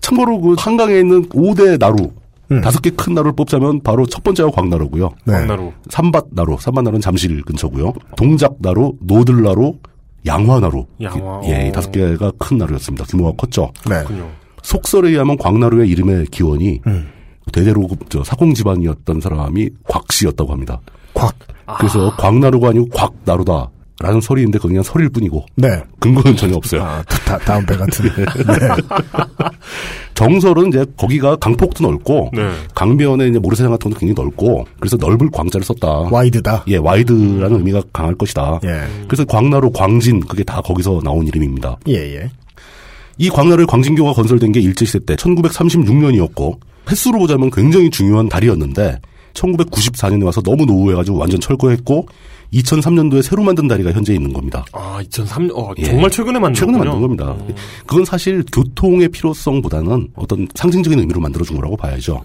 참고로 그 한강에 있는 5대 나루 다섯 개 큰 나루를 뽑자면 바로 첫 번째가 어, 광나루고요. 음. 네. 광나루. 삼밭 나루, 삼밭 나루는 잠실 근처고요. 동작 나루, 노들 나루, 양화 나루. 양화, 예, 어. 이 다섯 개가 큰 나루였습니다. 규모가 컸죠. 네. 그렇군요. 속설에 의하면 광나루의 이름의 기원이 대대로 그 저 사공 집안이었던 사람이 곽씨였다고 합니다. 곽. 그래서 광나루가 아니고 곽나루다라는 설이인데 그건 그냥 설일 뿐이고 네. 근거는 전혀 없어요. 아. 다, 다음 배 같은. 네. 정설은 이제 거기가 강폭도 넓고 네. 강변에 이제 모래사장 같은 것도 굉장히 넓고 그래서 넓을 광자를 썼다. 와이드다. 예, 와이드라는 의미가 강할 것이다. 예. 그래서 광나루, 광진 그게 다 거기서 나온 이름입니다. 예, 예. 이 광나루의 광진교가 건설된 게 일제시대 때 1936년이었고 횟수로 보자면 굉장히 중요한 다리였는데 1994년에 와서 너무 노후해가지고 완전 철거했고 2003년도에 새로 만든 다리가 현재 있는 겁니다. 아, 2003년, 어, 정말 최근에 음, 만든 예. 최근에 거군요. 만든 겁니다. 그건 사실 교통의 필요성보다는 어떤 상징적인 의미로 만들어준 거라고 봐야죠.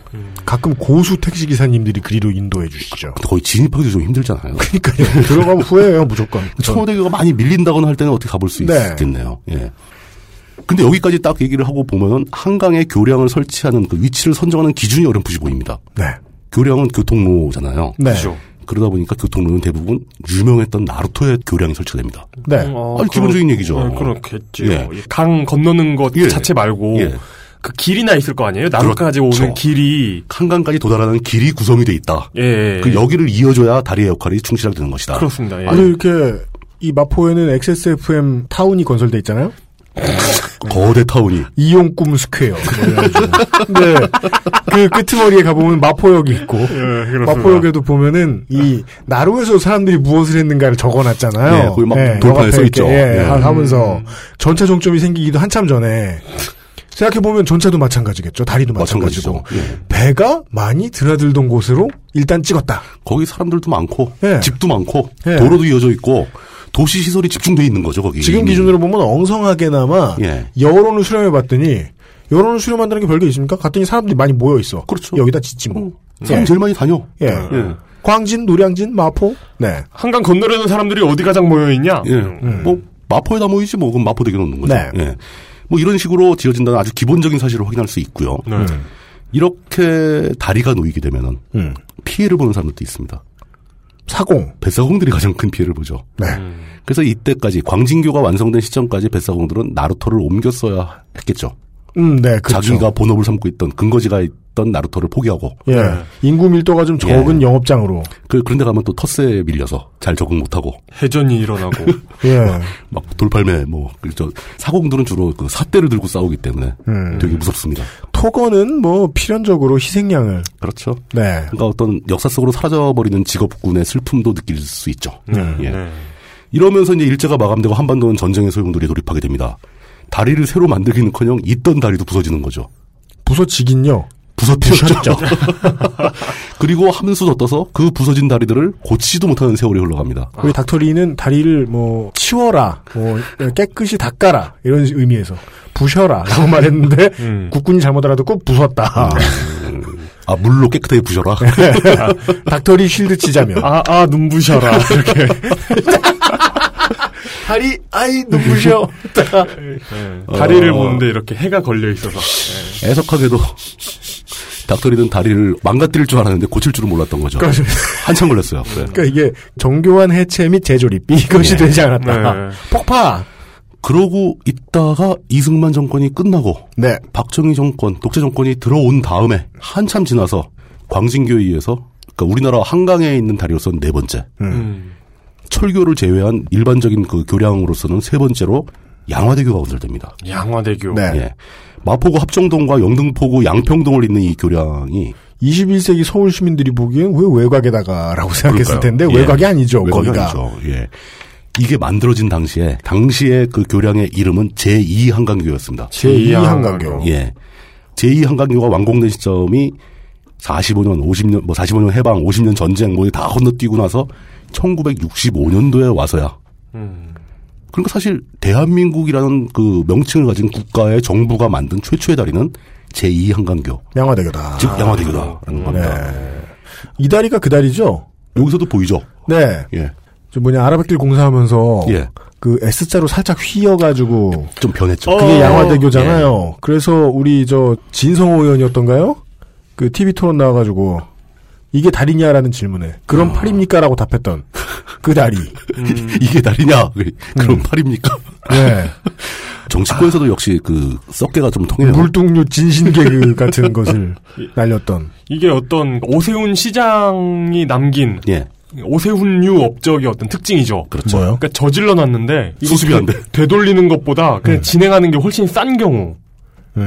가끔 고수 택시 기사님들이 그리로 인도해 주시죠. 거의 진입하기도 좀 힘들잖아요. 그러니까요. 들어가면 후회해요, 무조건. 초대교가 뭐 많이 밀린다거나 할 때는 어떻게 가볼 수 네. 있겠네요. 예. 근데 여기까지 딱 얘기를 하고 보면은 한강에 교량을 설치하는 그 위치를 선정하는 기준이 어렴풋이 보입니다. 네. 교량은 교통로잖아요. 네. 그죠. 그러다 보니까 교통로는 대부분 유명했던 나루토의 교량이 설치됩니다. 네. 아니, 기본적인 얘기죠. 어, 그렇겠죠. 예. 강 건너는 것 자체 말고 그 길이나 있을 거 아니에요? 나루까지 그렇죠. 오는 길이 한강까지 도달하는 길이 구성이 돼 있다. 예. 그 여기를 이어줘야 다리의 역할이 충실하게 되는 것이다. 그렇습니다. 예. 아니 이렇게 이 마포에는 XSFM 타운이 건설돼 있잖아요. 거대 예. 타운이 이용꿈 스퀘어. 네. 그 끄트머리에 가보면 마포역이 있고 예, 그렇습니다. 마포역에도 보면은 이 나루에서 사람들이 무엇을 했는가를 적어놨잖아요. 예, 거기 막 예, 돌판에 옆에 써 이렇게, 있죠. 예, 예. 하- 음. 하면서 전차 종점이 생기기도 한참 전에 생각해 보면 전차도 마찬가지겠죠. 다리도 마찬가지고 마찬가지고. 예. 배가 많이 드나들던 곳으로 일단 찍었다. 거기 사람들도 많고 예. 집도 많고 예. 도로도 이어져 있고 도시 시설이 집중돼 있는 거죠 거기. 지금 이미. 기준으로 보면 엉성하게나마 음. 예. 여론을 수렴해 봤더니 여론을 수렴한다는 게 별게 있습니까? 갔더니 사람들이 많이 모여 있어. 그렇죠. 여기다 짓지 뭐. 사람 제일 많이 다녀. 예. 광진, 노량진, 마포. 네. 한강 건너려는 사람들이 어디 가장 모여 있냐? 예. 뭐 음. 마포에다 모이지 뭐 그럼 마포대교 놓는 거죠. 네. 예. 뭐 이런 식으로 지어진다는 아주 기본적인 사실을 확인할 수 있고요. 이렇게 다리가 놓이게 되면은 피해를 보는 사람들도 있습니다. 음. 사공. 뱃사공들이 가장 큰 피해를 보죠. 네. 그래서 이때까지 광진교가 완성된 시점까지 뱃사공들은 나루토를 옮겨 써야 했겠죠. 음, 네, 그렇죠. 자기가 본업을 삼고 있던 근거지가 있던 나루토를 포기하고 예. 인구 밀도가 좀 예. 적은 영업장으로. 그 그런데 가면 또 터세에 밀려서 잘 적응 못하고 해전이 일어나고 예. 막 돌팔매 뭐 그저 사공들은 주로 그 삿대를 들고 싸우기 때문에 음. 되게 무섭습니다. 토건은 뭐 필연적으로 희생양을. 그렇죠. 네. 그러니까 어떤 역사 속으로 사라져버리는 직업군의 슬픔도 느낄 수 있죠. 네, 예. 이러면서 이제 일제가 마감되고 한반도는 전쟁의 소용돌이에 돌입하게 됩니다. 다리를 새로 만들기는커녕 있던 다리도 부서지는 거죠. 부서지긴요. 부서뜨렸죠. 그리고 함수도 떠서 그 부서진 다리들을 고치지도 못하는 세월이 흘러갑니다. 우리 닥터리는 다리를 뭐 치워라, 뭐 깨끗이 닦아라 이런 의미에서 부셔라라고 말했는데 음. 국군이 잘못 알아듣고 부쉈다. 아 물로 깨끗하게 부셔라. 닥터리 쉴드 치자며. 아, 아, 눈부셔라. 이렇게. 다리, 아이, 눈부셔. 그러니까 다리를 어. 보는데 이렇게 해가 걸려 있어서. 애석하게도 닥터리는 다리를 망가뜨릴 줄 알았는데 고칠 줄은 몰랐던 거죠. 그렇습니다. 한참 걸렸어요. 네. 그러니까 이게 정교한 해체 및 재조립 이것이 예. 되지 않았다. 네. 폭파. 그러고 있다가 이승만 정권이 끝나고 네. 박정희 정권, 독재 정권이 들어온 다음에 한참 지나서 광진교에 의해서 그러니까 우리나라 한강에 있는 다리로서는 네 번째, 음, 철교를 제외한 일반적인 그 교량으로서는 세 번째로 양화대교가 건설됩니다. 양화대교. 네. 예. 마포구 합정동과 영등포구 양평동을 잇는 이 교량이 21세기 서울 시민들이 보기엔 왜 외곽에다가라고 생각했을 그럴까요? 텐데 예. 외곽이 아니죠. 외곽이 거기가. 아니죠. 예. 이게 만들어진 당시에 당시에 그 교량의 이름은 제2 한강교였습니다. 제2 한강교. 예. 제2 한강교가 완공된 시점이 45년, 50년, 뭐 45년 해방, 50년 전쟁 뭐다 건너뛰고 나서 1965년도에 와서야. 음. 그러니까 사실 대한민국이라는 그 명칭을 가진 국가의 정부가 만든 최초의 다리는 제2 한강교. 양화대교다. 즉 양화대교다라는 겁니다. 네. 이 다리가 그 다리죠. 여기서도 보이죠. 네. 예. 저 뭐냐 아라뱃길 공사하면서 예. 그 S자로 살짝 휘어가지고 좀 변했죠. 그게 어. 예. 양화대교잖아요. 그래서 우리 저 진성호 의원이었던가요? 그 TV 토론 나와가지고 이게 다리냐라는 질문에 어. 그런 팔입니까라고 답했던 그 다리. 이게 다리냐? 그런 팔입니까? 네. 정치권에서도 역시 그 썩개가 좀 통해요. 물뚱류 진신개그 같은 것을 예. 날렸던. 이게 어떤 오세훈 시장이 남긴 예. 오세훈류 업적의 어떤 특징이죠. 그렇죠. 뭐요? 그러니까 저질러 놨는데 이거 그 수습이 안 돼. 되- 되돌리는 것보다 네. 그냥 진행하는 게 훨씬 싼 경우. 예.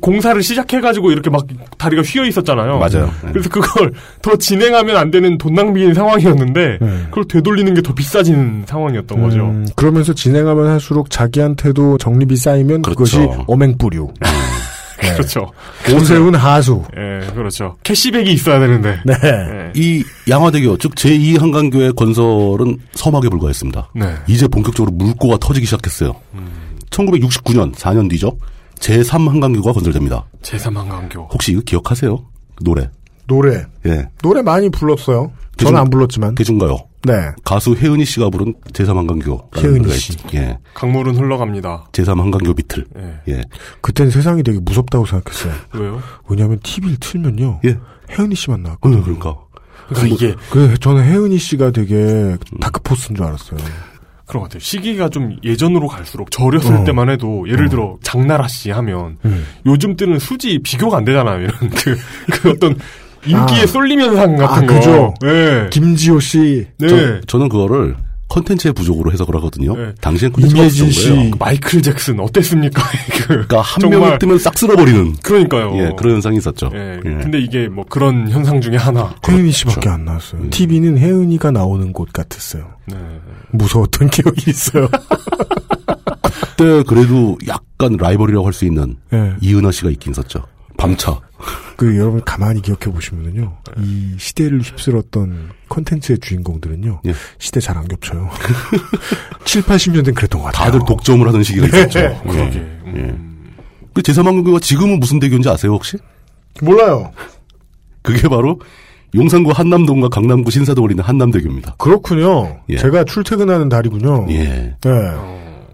공사를 시작해가지고 이렇게 막 다리가 휘어 있었잖아요. 맞아요. 네. 그래서 그걸 더 진행하면 안 되는 돈 낭비인 상황이었는데 그걸 되돌리는 게 더 비싸지는 상황이었던 거죠. 네. 음, 그러면서 진행하면 할수록 자기한테도 정립이 쌓이면 그것이 그렇죠. 엄행뿌류. 그렇죠. 오세훈 하수. 예, 그렇죠. 캐시백이 있어야 되는데. 네. 예. 이 양화대교 즉 제2 한강교의 건설은 서막에 불과했습니다. 네. 이제 본격적으로 물꼬가 터지기 시작했어요. 1969년 4년 뒤죠. 제3 한강교가 건설됩니다. 제3한강교. 혹시 이거 기억하세요? 그 노래. 노래. 예. 노래 많이 불렀어요. 저는 안 불렀지만. 그 대중가요. 네. 가수 혜은이 씨가 부른 제3 한강교. 혜은이 씨. 예. 강물은 흘러갑니다. 제3 한강교 비틀. 예. 그땐 세상이 되게 무섭다고 생각했어요. 왜요? 왜냐하면 TV를 틀면요. 예. 혜은이 씨만 나왔거든요. 음, 예. 그러니까. 그러니까 이게- 그 저는 혜은이 씨가 되게 다크포스인 줄 알았어요. 그런 것 같아요. 시기가 좀 예전으로 갈수록 저 어렸을 어. 때만 해도 예를 들어 장나라 씨 하면 예. 음. 요즘 때는 수지 비교가 안 되잖아요. 이런 그, 그 어떤 인기에 아. 쏠림 현상 같은 거. 그죠. 네. 예. 김지호 씨. 네. 저, 는 그거를 컨텐츠의 부족으로 해석을 하거든요. 네. 당시엔 컨텐츠가 없었던 거예요. 그 마이클 잭슨 어땠습니까? 그러니까 한 명이 뜨면 싹 쓸어버리는. 그러니까요. 예, 그런 현상이 있었죠. 예. 근데 이게 뭐 그런 현상 중에 하나. 혜은이 씨밖에 안 나왔어요. TV는 혜은이가 나오는 곳 같았어요. 네. 무서웠던 기억이 있어요. 그때 그래도 약간 라이벌이라고 할 수 있는 예. 이은하 씨가 있긴 있었죠. 밤차. 그 여러분 가만히 기억해 보시면은요. 이 시대를 휩쓸었던 컨텐츠의 주인공들은요. 시대 잘 안 겹쳐요. 7, 80년대는 그랬던 것 같아요. 다들 독점을 하던 시기가 있었죠. 네. 그러게. 예. 그 제3한국교가 지금은 무슨 대교인지 아세요 혹시? 몰라요. 그게 바로 용산구 한남동과 강남구 신사동을 있는 한남대교입니다. 그렇군요. 예. 제가 출퇴근하는 다리군요. 예. 네.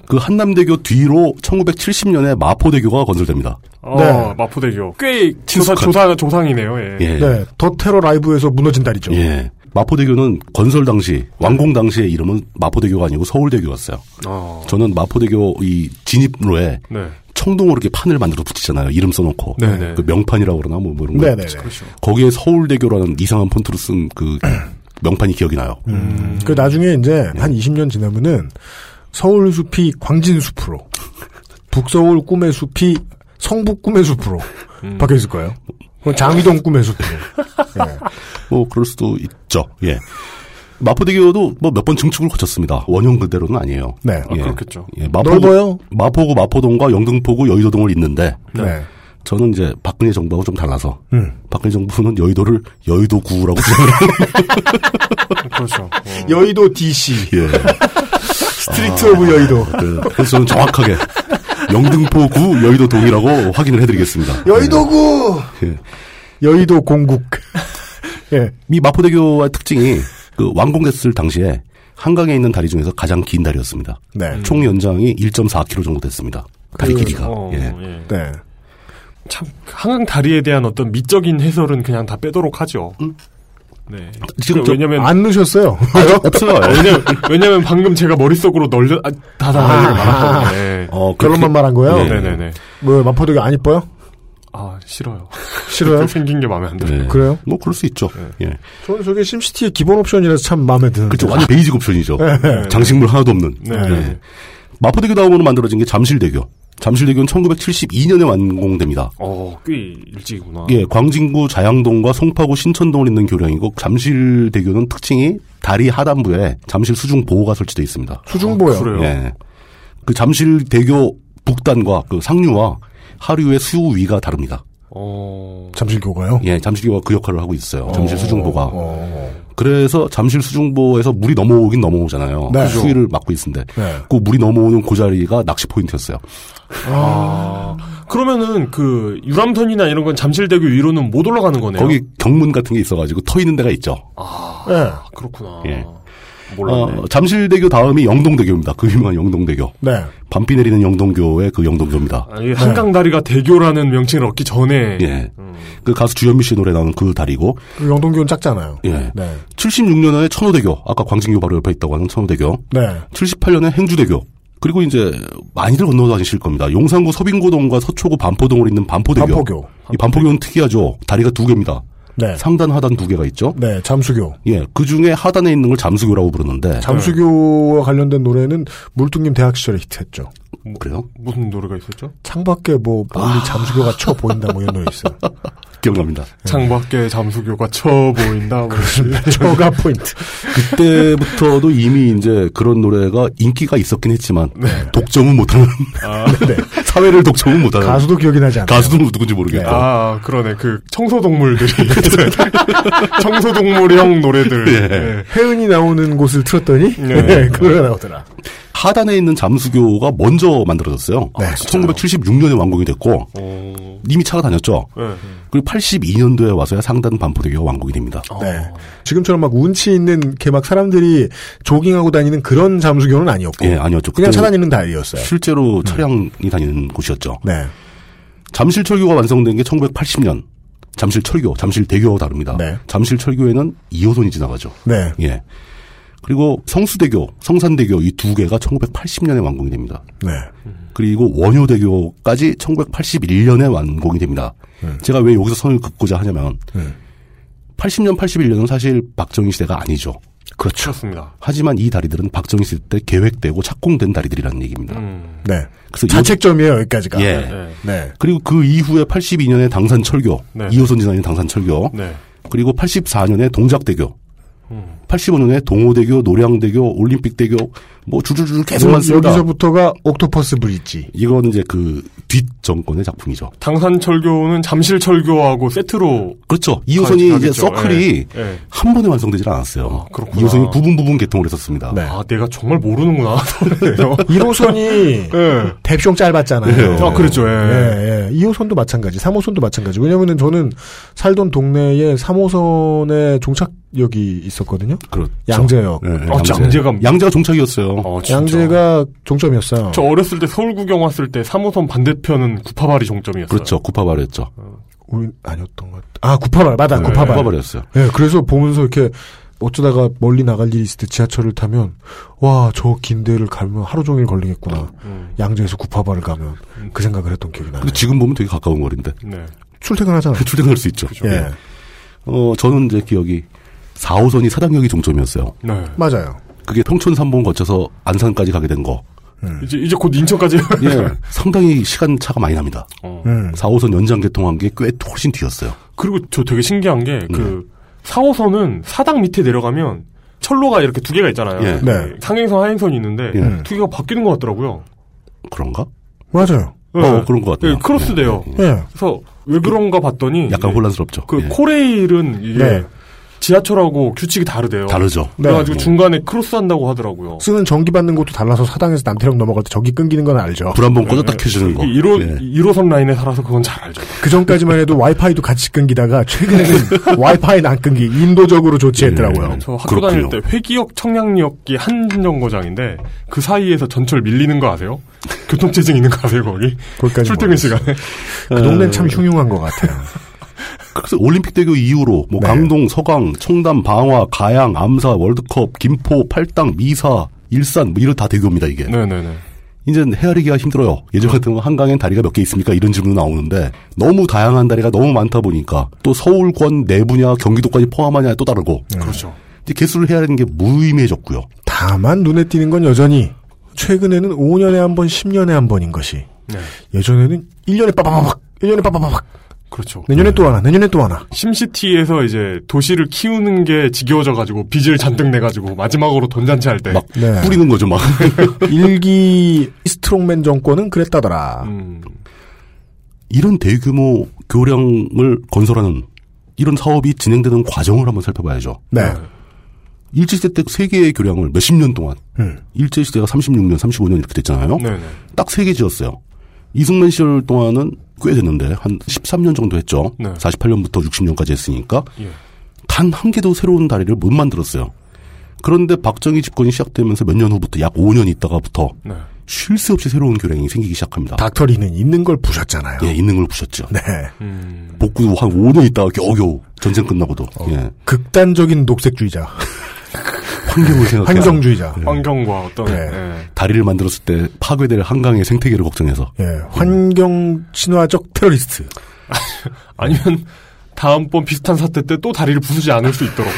그 한남대교 뒤로 1970년에 마포대교가 건설됩니다. 어, 네. 마포대교. 꽤 조사, 친숙한. 조사, 조상이네요. 예. 예. 네. 더 테러 라이브에서 무너진 다리죠. 예. 마포대교는 건설 당시 완공 당시의 이름은 마포대교가 아니고 서울대교였어요. 어. 저는 마포대교 이 진입로에 네. 청동으로 이렇게 판을 만들어 붙이잖아요. 이름 써놓고 네네. 그 명판이라고 그러나 뭐 이런 거. 네네네. 그렇죠. 거기에 서울대교라는 이상한 폰트로 쓴 그 명판이 기억이 나요. 그 나중에 이제 한 20년 지나면은 서울 숲이 광진 숲으로, 북서울 꿈의 숲이 성북 꿈의 숲으로 음. 바뀌어 있을 거예요. 그건 장위동 꿈의 숲으로. 뭐 그럴 수도 있죠. 예. 마포대교도 뭐 몇 번 증축을 거쳤습니다. 원형 그대로는 아니에요. 네. 예. 그렇겠죠. 예, 마포구, 넓어요? 마포구 마포동과 영등포구 여의도동을 잇는데 네. 어. 저는 이제 박근혜 정부하고 좀 달라서 음. 박근혜 정부는 여의도를 여의도구라고 주장을 그렇죠. 여의도 DC. 예. 스트리트 오브 여의도. 아. 그, 그래서 저는 정확하게 영등포구 여의도동이라고 확인을 해드리겠습니다. 여의도구! 예. 여의도 공국. 예. 이 마포대교의 특징이 그 완공됐을 당시에 한강에 있는 다리 중에서 가장 긴 다리였습니다. 음. 네. 총 연장이 1.4km 정도 됐습니다. 다리 그, 길이가. 어, 예. 예. 네. 참 한강 다리에 대한 어떤 미적인 해설은 그냥 다 빼도록 하죠. 네. 지금 아- 그, 왜냐면 안 넣으셨어요. 어, 왜냐면 왜냐면 방금 제가 머릿속으로 널려 아, 다다 널려 말았거든요. 네. 어, 결론만 말한 거예요? 네네네. 뭐, 마포대교 안 이뻐요? 아 싫어요. 싫어요? 네. 생긴 게 마음에 안 들어요. 그래요? 뭐 그럴 수 있죠. 예. 저는 저게 심시티의 기본 옵션이라서 참 마음에 드는데. 그렇죠. 완전 베이직 옵션이죠. 네. 장식물 하나도 없는. 네. 예. 마포대교 다음으로 만들어진 게 잠실대교. 잠실대교는 1972년에 완공됩니다. 어, 꽤 일찍이구나. 예, 광진구 자양동과 송파구 신천동을 잇는 교량이고 잠실대교는 특징이 다리 하단부에 잠실 수중 보호가 설치되어 있습니다. 수중보요. 예. 그 잠실대교 북단과 그 상류와 하류의 수우 위가 다릅니다. 어. 잠실교가요? 예, 잠실교가 그 역할을 하고 있어요. 잠실 수중보가. 그래서 잠실 수중보에서 물이 넘어오긴 넘어오잖아요. 네. 그 수위를 막고 있는데 네. 그 물이 넘어오는 그 자리가 낚시 포인트였어요. 아. 그러면은 그 유람선이나 이런 건 잠실대교 위로는 못 올라가는 거네요. 거기 경문 같은 게 있어가지고 터 있는 데가 있죠. 네. 그렇구나. 예. 몰랐네. 어, 잠실대교 다음이 영동대교입니다. 그 유명한 영동대교. 네. 밤비 내리는 영동교의 그 영동교입니다. 아, 이 한강 다리가 대교라는 명칭을 얻기 전에 예. 그 가수 주현미 씨 노래 나오는 그 다리고. 그 영동교는 작잖아요. 예. 네. 76년에 천호대교. 아까 광진교 바로 옆에 있다고 하는 천호대교. 네. 78년에 행주대교. 그리고 이제 많이들 건너 다니실 겁니다. 용산구 서빙고동과 서초구 반포동으로 있는 반포대교. 반포교. 이 반포교는 특이하죠. 다리가 두 개입니다. 네. 상단 하단 두 개가 있죠. 네, 잠수교. 예, 그 중에 하단에 있는 걸 잠수교라고 부르는데. 잠수교와 관련된 노래는 물뚱님 대학 시절에 히트했죠. 그래요? 무슨 노래가 있었죠? 창밖에 뭐 아. 멀리 잠수교가 쳐 보인다 뭐 이런 노래 있어요. 기억납니다. 창밖에 잠수교가 쳐 보인다. 뭐 네. 이런. 저가 포인트. 그때부터도 이미 이제 그런 노래가 인기가 있었긴 했지만 독점은 못하는 사회를 독점은 못하는 아. 네, 가수도 기억이 나지 않아요. 아. 가수도 누군지 모르겠다. 아 그러네 그 청소동물들이 있어요. 청소동물형 노래들 네. 예. 혜은이 나오는 곳을 틀었더니 예. 그 노래가 나오더라. 하단에 있는 잠수교가 먼저 만들어졌어요. 1976년에 완공이 됐고 어. 이미 차가 다녔죠. 네. 그리고 82년도에 와서야 상단 반포대교가 완공이 됩니다. 네. 지금처럼 막 운치 있는 게 막 사람들이 조깅하고 다니는 그런 잠수교는 아니었고. 예, 아니었죠. 그냥 그때는 차다니는 다리였어요. 네. 실제로 차량이 다니는 곳이었죠. 네. 잠실철교가 완성된 게 1980년. 잠실철교, 잠실대교하고 다릅니다. 잠실철교에는 2호선이 지나가죠. 네. 예. 그리고 성수대교, 성산대교 이 두 개가 1980년에 완공이 됩니다. 네. 그리고 원효대교까지 1981년에 완공이 됩니다. 제가 왜 여기서 선을 긋고자 하냐면 음. 80년, 81년은 사실 박정희 시대가 아니죠. 그렇죠. 그렇습니다. 하지만 이 다리들은 박정희 시대 때 계획되고 착공된 다리들이라는 얘기입니다. 음, 네. 그래서 이- 자책점이에요, 여기까지가. 예. 네. 네. 그리고 그 이후에 82년에 당산철교, 네. 2호선 지나는 당산철교, 네. 그리고 84년에 동작대교, 음. 85년에 동호대교, 노량대교, 올림픽대교, 뭐 줄줄줄 계속만 여- 씁니다. 여기서부터가 옥토퍼스 브릿지. 이거는 이제 그 뒷 정권의 작품이죠. 당산철교는 잠실철교하고 세트로 그렇죠. 2호선이 이제 서클이 예. 예. 한 번에 완성되질 아, 않았어요. 이 2호선이 부분 부분 개통을 했었습니다. 네. 아 내가 정말 모르는구나. 네. 1호선이 대충 짧았잖아요. 네. 아, 그렇죠. 예. 예, 예. 2호선도 마찬가지, 3호선도 마찬가지. 왜냐면은 저는 살던 동네에 3호선의 종착역이 있었거든요. 그렇죠. 양재역. 예, 아, 양재가 양재가 종착이었어요. 양재가 종점이었어요. 저 어렸을 때 서울 구경 왔을 때 3호선 반대편은 구파발이 종점이었어요. 그렇죠. 구파발이었죠. 우리 아니었던 것. 같- 아 구파발 맞아 네, 구파발. 구파발이었어요. 예, 그래서 보면서 이렇게 어쩌다가 멀리 나갈 일이 있을 때 지하철을 타면 와 저 긴데를 가면 하루 종일 걸리겠구나. 양재에서 구파발을 가면 그 생각을 했던 기억이 나요. 근데 지금 보면 되게 가까운 거리인데. 네. 출퇴근하잖아요. 출퇴근할 수 있죠. 예. 어, 저는 이제 기억이 4호선이 사당역이 종점이었어요. 네. 맞아요. 그게 통촌 삼봉 거쳐서 안산까지 가게 된 거. 이제 이제 곧 인천까지. 예, 상당히 시간 차가 많이 납니다. 음. 4호선 연장 개통한 게 꽤 훨씬 뒤였어요. 그리고 저 되게 신기한 게 네. 그 4호선은 사당 밑에 내려가면 철로가 이렇게 두 개가 있잖아요. 예. 네. 상행선, 하행선이 있는데 예. 두 개가 바뀌는 것 같더라고요. 그런가? 맞아요. 어, 그런 것 같아요. 예, 크로스돼요. 예, 예. 그래서 왜 그런가 봤더니 약간 혼란스럽죠. 그 예. 코레일은 이게 네. 지하철하고 규칙이 다르대요. 다르죠. 어. 그래가지고 네. 중간에 크로스한다고 하더라고요. 쓰는 전기 받는 것도 달라서 사당에서 남태령 넘어갈 때 전기 끊기는 건 알죠. 불 한번 꺼졌다 켜지는 거. 예. 1호, 1호선 라인에 살아서 그건 잘 알죠. 그 전까지만 해도 와이파이도 같이 끊기다가 최근에는 와이파이는 안 끊기 인도적으로 조치했더라고요. 저 학교 다닐 때 회기역 청량역이 한 정거장인데 그 사이에서 전철 밀리는 거 아세요? 교통체증 있는 거 아세요 거기? 거기까지 출퇴근 시간에 그 동네는 참 흉흉한 것 같아요. 그래서 올림픽대교 이후로 뭐 강동, 서강, 청담, 방화, 가양, 암사, 월드컵, 김포, 팔당, 미사, 일산 뭐 이런 다 대교입니다 이게. 네네네. 이제 헤아리기가 힘들어요. 음. 예전 같은 거 한강엔 다리가 몇 개 있습니까? 이런 질문 나오는데 너무 다양한 다리가 너무 많다 보니까 또 서울권 내부냐 경기도까지 포함하냐 또 다르고. 그렇죠. 이제 개수를 해야 되는 게 무의미해졌고요. 다만 눈에 띄는 건 여전히 최근에는 5년에 한 번, 10년에 한 번인 것이 네. 예전에는 1년에 빠바바박, 1년에 빠바바박, 그렇죠. 내년에 또 하나, 내년에 또 하나. 심시티에서 이제 도시를 키우는 게 지겨워져가지고 빚을 잔뜩 내가지고 마지막으로 돈잔치 할 때. 막 네. 뿌리는 거죠 막. 일기 스트롱맨 정권은 그랬다더라. 음. 이런 대규모 교량을 건설하는 이런 사업이 진행되는 과정을 한번 살펴봐야죠. 네. 일제시대 때 세 개의 교량을 몇십 년 동안 네. 음. 일제시대가 36년, 35년 이렇게 됐잖아요. 딱 세 개 지었어요. 이승만 시절 동안은 꽤 됐는데 한 13년 정도 했죠. 네. 48년부터 60년까지 했으니까 예. 단 한 개도 새로운 다리를 못 만들었어요. 그런데 박정희 집권이 시작되면서 몇 년 후부터 약 5년 있다가부터 네. 쉴 새 없이 새로운 교량이 생기기 시작합니다. 닥터리는 있는 걸 부셨잖아요. 예, 있는 걸 부셨죠. 네. 복구 한 5년 있다가 겨우겨우 전쟁 끝나고도 예. 극단적인 녹색주의자. 환경을 생각해 환경주의자. 환경과 어떤 네. 예. 다리를 만들었을 때 파괴될 한강의 생태계를 걱정해서 예, 환경 친화적 테러리스트. 아니면 다음번 비슷한 사태 때 또 다리를 부수지 않을 수 있도록.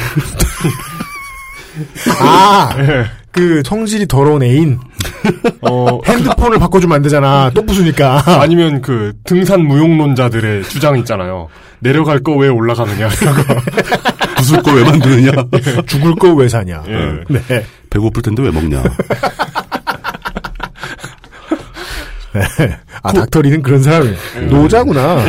예. 아, 그 성질이 더러운 애인. 어, 핸드폰을 바꿔주면 안 되잖아. 또 부수니까. 아니면 그 등산 무용론자들의 주장 있잖아요. 내려갈 거 왜 올라가느냐. 부술 거 왜 만드느냐. 죽을 거 왜 사냐. 예. 네. 배고플 텐데 왜 먹냐. 네. 아, 닥터리는 그런 사람이에요. 노자구나.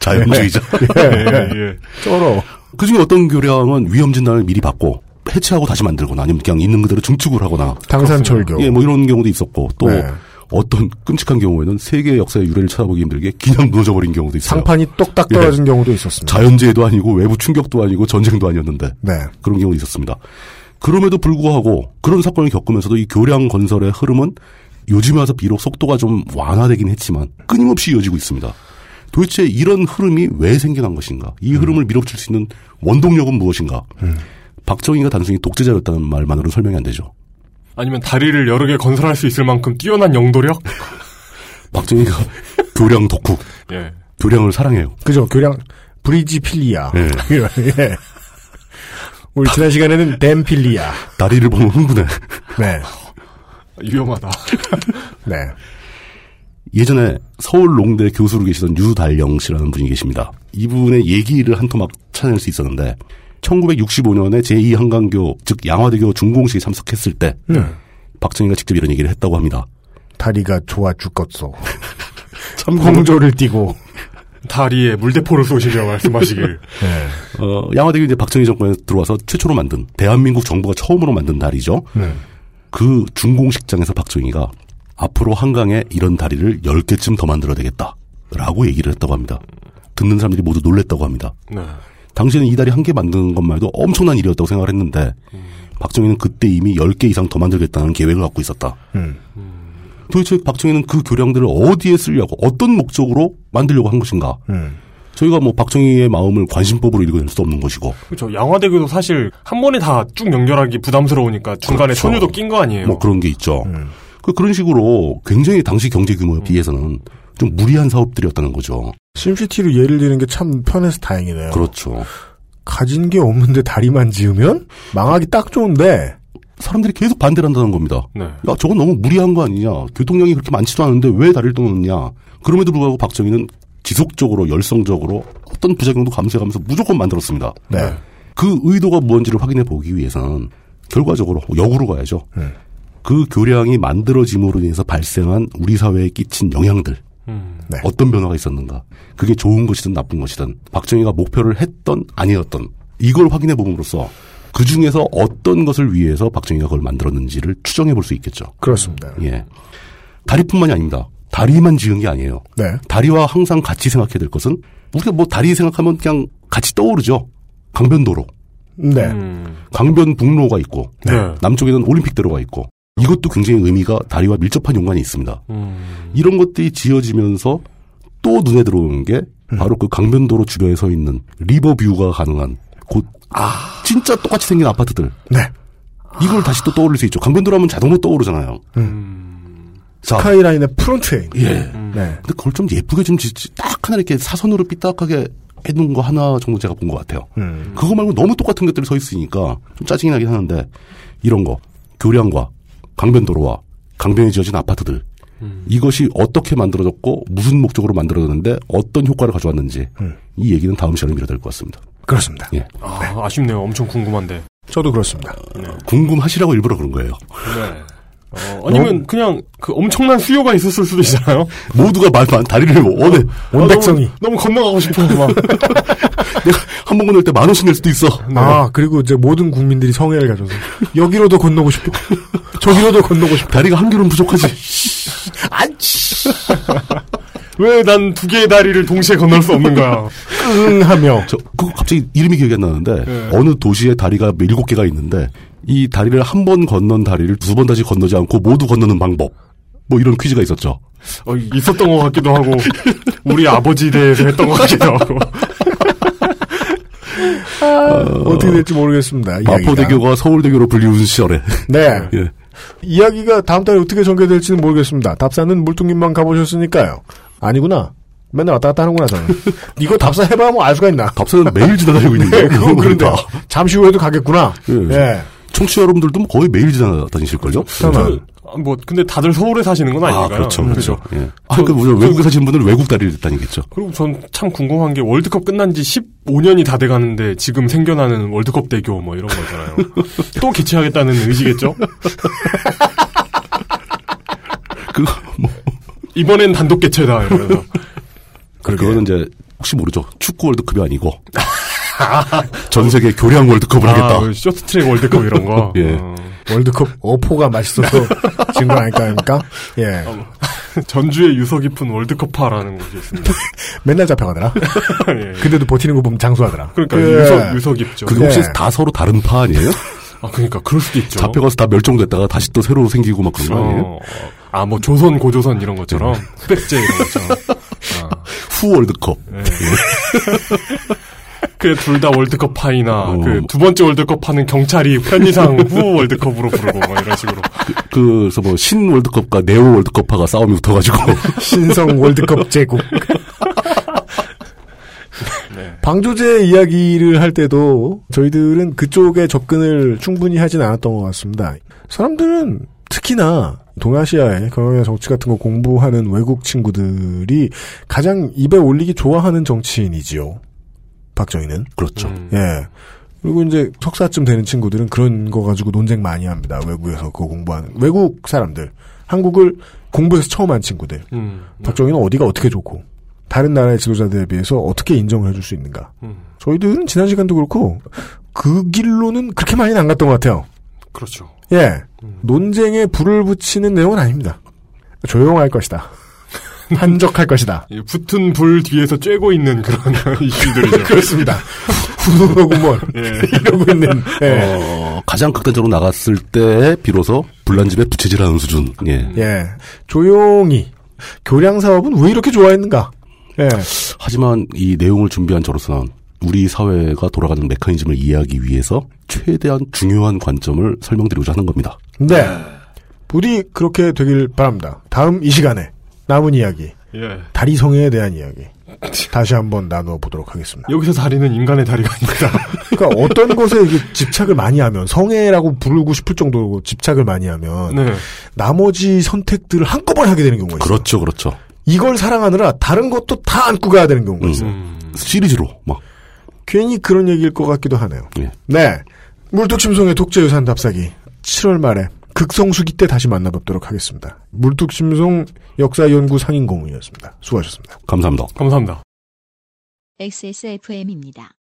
자연주의자. 예, 예, 예. 쩔어. 그 중에 어떤 교량은 위험 진단을 미리 받고, 해체하고 다시 만들거나, 아니면 그냥 있는 그대로 증축을 하거나. 당산철교. 예, 뭐 이런 경우도 있었고, 또, 네. 어떤 끔찍한 경우에는 세계 역사의 유래를 찾아보기 힘들게 그냥 무너져버린 경우도 있어요. 상판이 똑딱 떨어진 경우도 있었습니다. 자연재해도 아니고 외부 충격도 아니고 전쟁도 아니었는데 네. 그런 경우도 있었습니다. 그럼에도 불구하고 그런 사건을 겪으면서도 이 교량 건설의 흐름은 요즘에 와서 비록 속도가 좀 완화되긴 했지만 끊임없이 이어지고 있습니다. 도대체 이런 흐름이 왜 생겨난 것인가? 이 흐름을 밀어붙일 수 있는 원동력은 무엇인가? 박정희가 단순히 독재자였다는 말만으로는 설명이 안 되죠. 아니면 다리를 여러 개 건설할 수 있을 만큼 뛰어난 영도력? 박정희가 교량 덕후. 예. 교량을 사랑해요. 그죠. 교량, 브리지필리아. 예. 예. 우리 지난 시간에는 댐필리아. 다리를 보면 흥분해. 네. 위험하다. 네. 예전에 서울 농대 교수로 계시던 유달영 씨라는 분이 계십니다. 이분의 얘기를 한 토막 찾아낼 수 있었는데 1965년에 제2한강교 즉 양화대교 준공식에 참석했을 때 네. 박정희가 직접 이런 얘기를 했다고 합니다. 다리가 좋아 죽겠소. 참고로 공조를 띄고. 다리에 물대포를 쏘시며 말씀하시길. 네. 어, 양화대교 이제 박정희 정권에 들어와서 최초로 만든 대한민국 정부가 처음으로 만든 다리죠. 네. 그 준공식장에서 박정희가 앞으로 한강에 이런 다리를 10개쯤 더 만들어야 되겠다라고 얘기를 했다고 합니다. 듣는 사람들이 모두 놀랬다고 합니다. 네. 당시에는 이 다리 한 개 만드는 것만 해도 엄청난 일이었다고 생각을 했는데 박정희는 그때 이미 10개 이상 더 만들겠다는 계획을 갖고 있었다. 음. 도대체 박정희는 그 교량들을 어디에 쓰려고 어떤 목적으로 만들려고 한 것인가? 음. 저희가 뭐 박정희의 마음을 관심법으로 읽어낼 수도 없는 것이고 그렇죠. 양화대교도 사실 한 번에 다 쭉 연결하기 부담스러우니까 중간에 그렇죠. 선유도 낀 거 아니에요. 뭐 그런 게 있죠. 그 그런 식으로 굉장히 당시 경제 규모에 비해서는 좀 무리한 사업들이었다는 거죠. 심시티로 예를 드는 게 참 편해서 다행이네요. 그렇죠. 가진 게 없는데 다리만 지으면 망하기 딱 좋은데 사람들이 계속 반대를 한다는 겁니다. 네. 야, 저건 너무 무리한 거 아니냐. 교통량이 그렇게 많지도 않은데 왜 다리를 떠놓느냐. 그럼에도 불구하고 박정희는 지속적으로 열성적으로 어떤 부작용도 감수해가면서 무조건 만들었습니다. 네. 그 의도가 무엇인지를 확인해 보기 위해서는 결과적으로 역으로 가야죠. 네. 그 교량이 만들어짐으로 인해서 발생한 우리 사회에 끼친 영향들. 음. 네. 어떤 변화가 있었는가. 그게 좋은 것이든 나쁜 것이든 박정희가 목표를 했던 아니었던 이걸 확인해 봄으로써 그 중에서 어떤 것을 위해서 박정희가 그걸 만들었는지를 추정해 볼 수 있겠죠. 그렇습니다. 예. 다리뿐만이 아닙니다. 다리만 지은 게 아니에요. 네. 다리와 항상 같이 생각해야 될 것은 우리가 뭐 다리 생각하면 그냥 같이 떠오르죠. 강변도로, 네. 강변북로가 있고 네. 남쪽에는 올림픽대로가 있고 이것도 굉장히 의미가 다리와 밀접한 연관이 있습니다. 음. 이런 것들이 지어지면서 또 눈에 들어오는 게 바로 그 강변도로 주변에 서 있는 리버뷰가 가능한 곳. 아, 진짜 똑같이 생긴 아파트들. 네. 이걸 다시 또 떠올릴 수 있죠. 강변도로 하면 자동으로 떠오르잖아요. 아. 자, 스카이라인의 프론트에. 예. 네. 근데 그걸 좀 예쁘게 좀 짓지. 딱 하나 이렇게 사선으로 삐딱하게 해놓은 거 하나 정도 제가 본 것 같아요. 음. 그거 말고 너무 똑같은 것들이 서 있으니까 좀 짜증이 나긴 하는데 이런 거 교량과 강변도로와 강변에 지어진 아파트들 이것이 어떻게 만들어졌고 무슨 목적으로 만들어졌는데 어떤 효과를 가져왔는지 이 얘기는 다음 시간에 미뤄야 될 것 같습니다. 그렇습니다. 예. 아, 아쉽네요. 엄청 궁금한데. 저도 그렇습니다. 궁금하시라고 일부러 그런 거예요. 네. 어, 아니면 그냥 그 엄청난 수요가 있었을 수도 있잖아요. 모두가 말만 다리를 뭐, 원해. 원백성이. 아, 너무, 너무 건너가고 싶어 막. 내가 한 번 건널 때 만 원씩 낼 수도 있어. 아, 그리고 이제 모든 국민들이 성애를 가져서 여기로도 건너고 싶고 저기로도 건너고 싶고 다리가 한 개로는 부족하지. 왜 난 두 개의 다리를 동시에 건널 수 어? 없는가? 응 하며 저 그거 갑자기 이름이 기억이 안 나는데 예. 어느 도시에 다리가 일곱 개가 있는데 이 다리를 한 번 건넌 다리를 두 번 다시 건너지 않고 모두 건너는 방법 뭐 이런 퀴즈가 있었죠. 어, 있었던 것 같기도 하고 우리 아버지 대해서 했던 것 같기도 하고. 아, 어떻게 될지 모르겠습니다. 이야기가. 마포대교가 서울대교로 불리운 시절에 네. 예. 이야기가 다음 달에 어떻게 전개될지는 모르겠습니다. 답사는 물뚱님만 가보셨으니까요. 아니구나. 맨날 왔다 갔다 하는구나, 저는. 이거 답사 해봐야 뭐 알 수가 있나. 네, 답사는 매일 지나다니고 있는데 그건 그런데 잠시 후에도 가겠구나. 예. 예. 청취자 여러분들도 뭐 거의 매일 지나다니실 걸요. 저는 아, 뭐 근데 다들 서울에 사시는 건 아닌가요? 아, 그렇죠, 그렇죠. 예. 아, 그 물론 외국에 사시는 분들은 외국 다리를 다니겠죠. 그리고 전 참 궁금한 게 월드컵 끝난 지 15년이 다 돼가는데 지금 생겨나는 월드컵 대교 뭐 이런 거잖아요. 또 개최하겠다는 의지겠죠? 그거 뭐 이번엔 단독 개최다 이러면서 그거는 이제 혹시 모르죠. 축구 월드컵이 아니고 전 세계 교량 월드컵을 아, 하겠다. 그 쇼트트랙 월드컵 이런 거. 어, 예. 월드컵 어포가 맛있어서 진 거 아닐까 아닙니까? 예. 어. 전주에 유서 깊은 월드컵파라는 곳이 있습니다. 맨날 잡혀가더라. 예, 예. 근데도 버티는 거 보면 장수하더라. 그러니까 예. 유서 유서 깊죠. 그게 혹시 다 서로 다른 파 아니에요? 아, 그러니까 그럴 수도 있죠. 잡혀가서 다 멸종됐다가 다시 또 새로 생기고 막 그런 거 아니에요? 음. 어, 아, 뭐 조선 고조선 이런 것처럼 수백제 이런 것처럼. 후 월드컵. 예. 그둘다 월드컵 파이나 그 두 번째 월드컵 파는 경찰이 편의상 후 월드컵으로 부르고 막 이런 식으로. 그, 그래서 뭐, 신 월드컵과 네오 월드컵파가 싸움이 붙어가지고. 신성 월드컵 제국. 방조제 이야기를 할 때도 저희들은 그쪽에 접근을 충분히 하진 않았던 것 같습니다. 사람들은 특히나 동아시아의 경영이나 정치 같은 거 공부하는 외국 친구들이 가장 입에 올리기 좋아하는 정치인이지요. 박정희는. 그렇죠. 예. 그리고 이제 석사쯤 되는 친구들은 그런 거 가지고 논쟁 많이 합니다. 외국에서 그거 공부하는. 외국 사람들. 한국을 공부해서 처음 한 친구들. 음. 박정희는 어디가 어떻게 좋고 다른 나라의 지도자들에 비해서 어떻게 인정을 해줄 수 있는가. 저희들은 지난 시간도 그렇고 그 길로는 그렇게 많이는 안 갔던 것 같아요. 그렇죠. 예, 논쟁에 불을 붙이는 내용은 아닙니다. 조용할 것이다. 한적할 것이다. 이 붙은 불 뒤에서 쬐고 있는 그런 이슈들이죠. 그렇습니다. 후노구먼 이러고 있는. 예. 어, 가장 극단적으로 나갔을 때, 비로소, 불난집에 부채질하는 수준. 예. 예. 조용히 교량 사업은 왜 이렇게 좋아했는가? 예. 하지만 이 내용을 준비한 저로서는 우리 사회가 돌아가는 메커니즘을 이해하기 위해서 최대한 중요한 관점을 설명드리고자 하는 겁니다. 네. 부디 그렇게 되길 바랍니다. 다음 이 시간에 남은 이야기 예. 다리 성애에 대한 이야기 다시 한번 나누어 보도록 하겠습니다. 여기서 다리는 인간의 다리가 아닙니다. 그러니까 어떤 것에 이게 집착을 많이 하면 성애라고 부르고 싶을 정도로 집착을 많이 하면 네. 나머지 선택들을 한꺼번에 하게 되는 경우가 있어요. 그렇죠, 그렇죠. 이걸 사랑하느라 다른 것도 다 안고 가야 되는 음. 경우가 있어요. 음. 시리즈로 막 괜히 그런 얘기일 것 같기도 하네요. 예. 네. 물뚝심송의 독재유산 답사기 7월 말에 극성수기 때 다시 만나뵙도록 하겠습니다. 물뚝심송 역사연구 상인공이었습니다. 수고하셨습니다. 감사합니다. 감사합니다. XSFM입니다.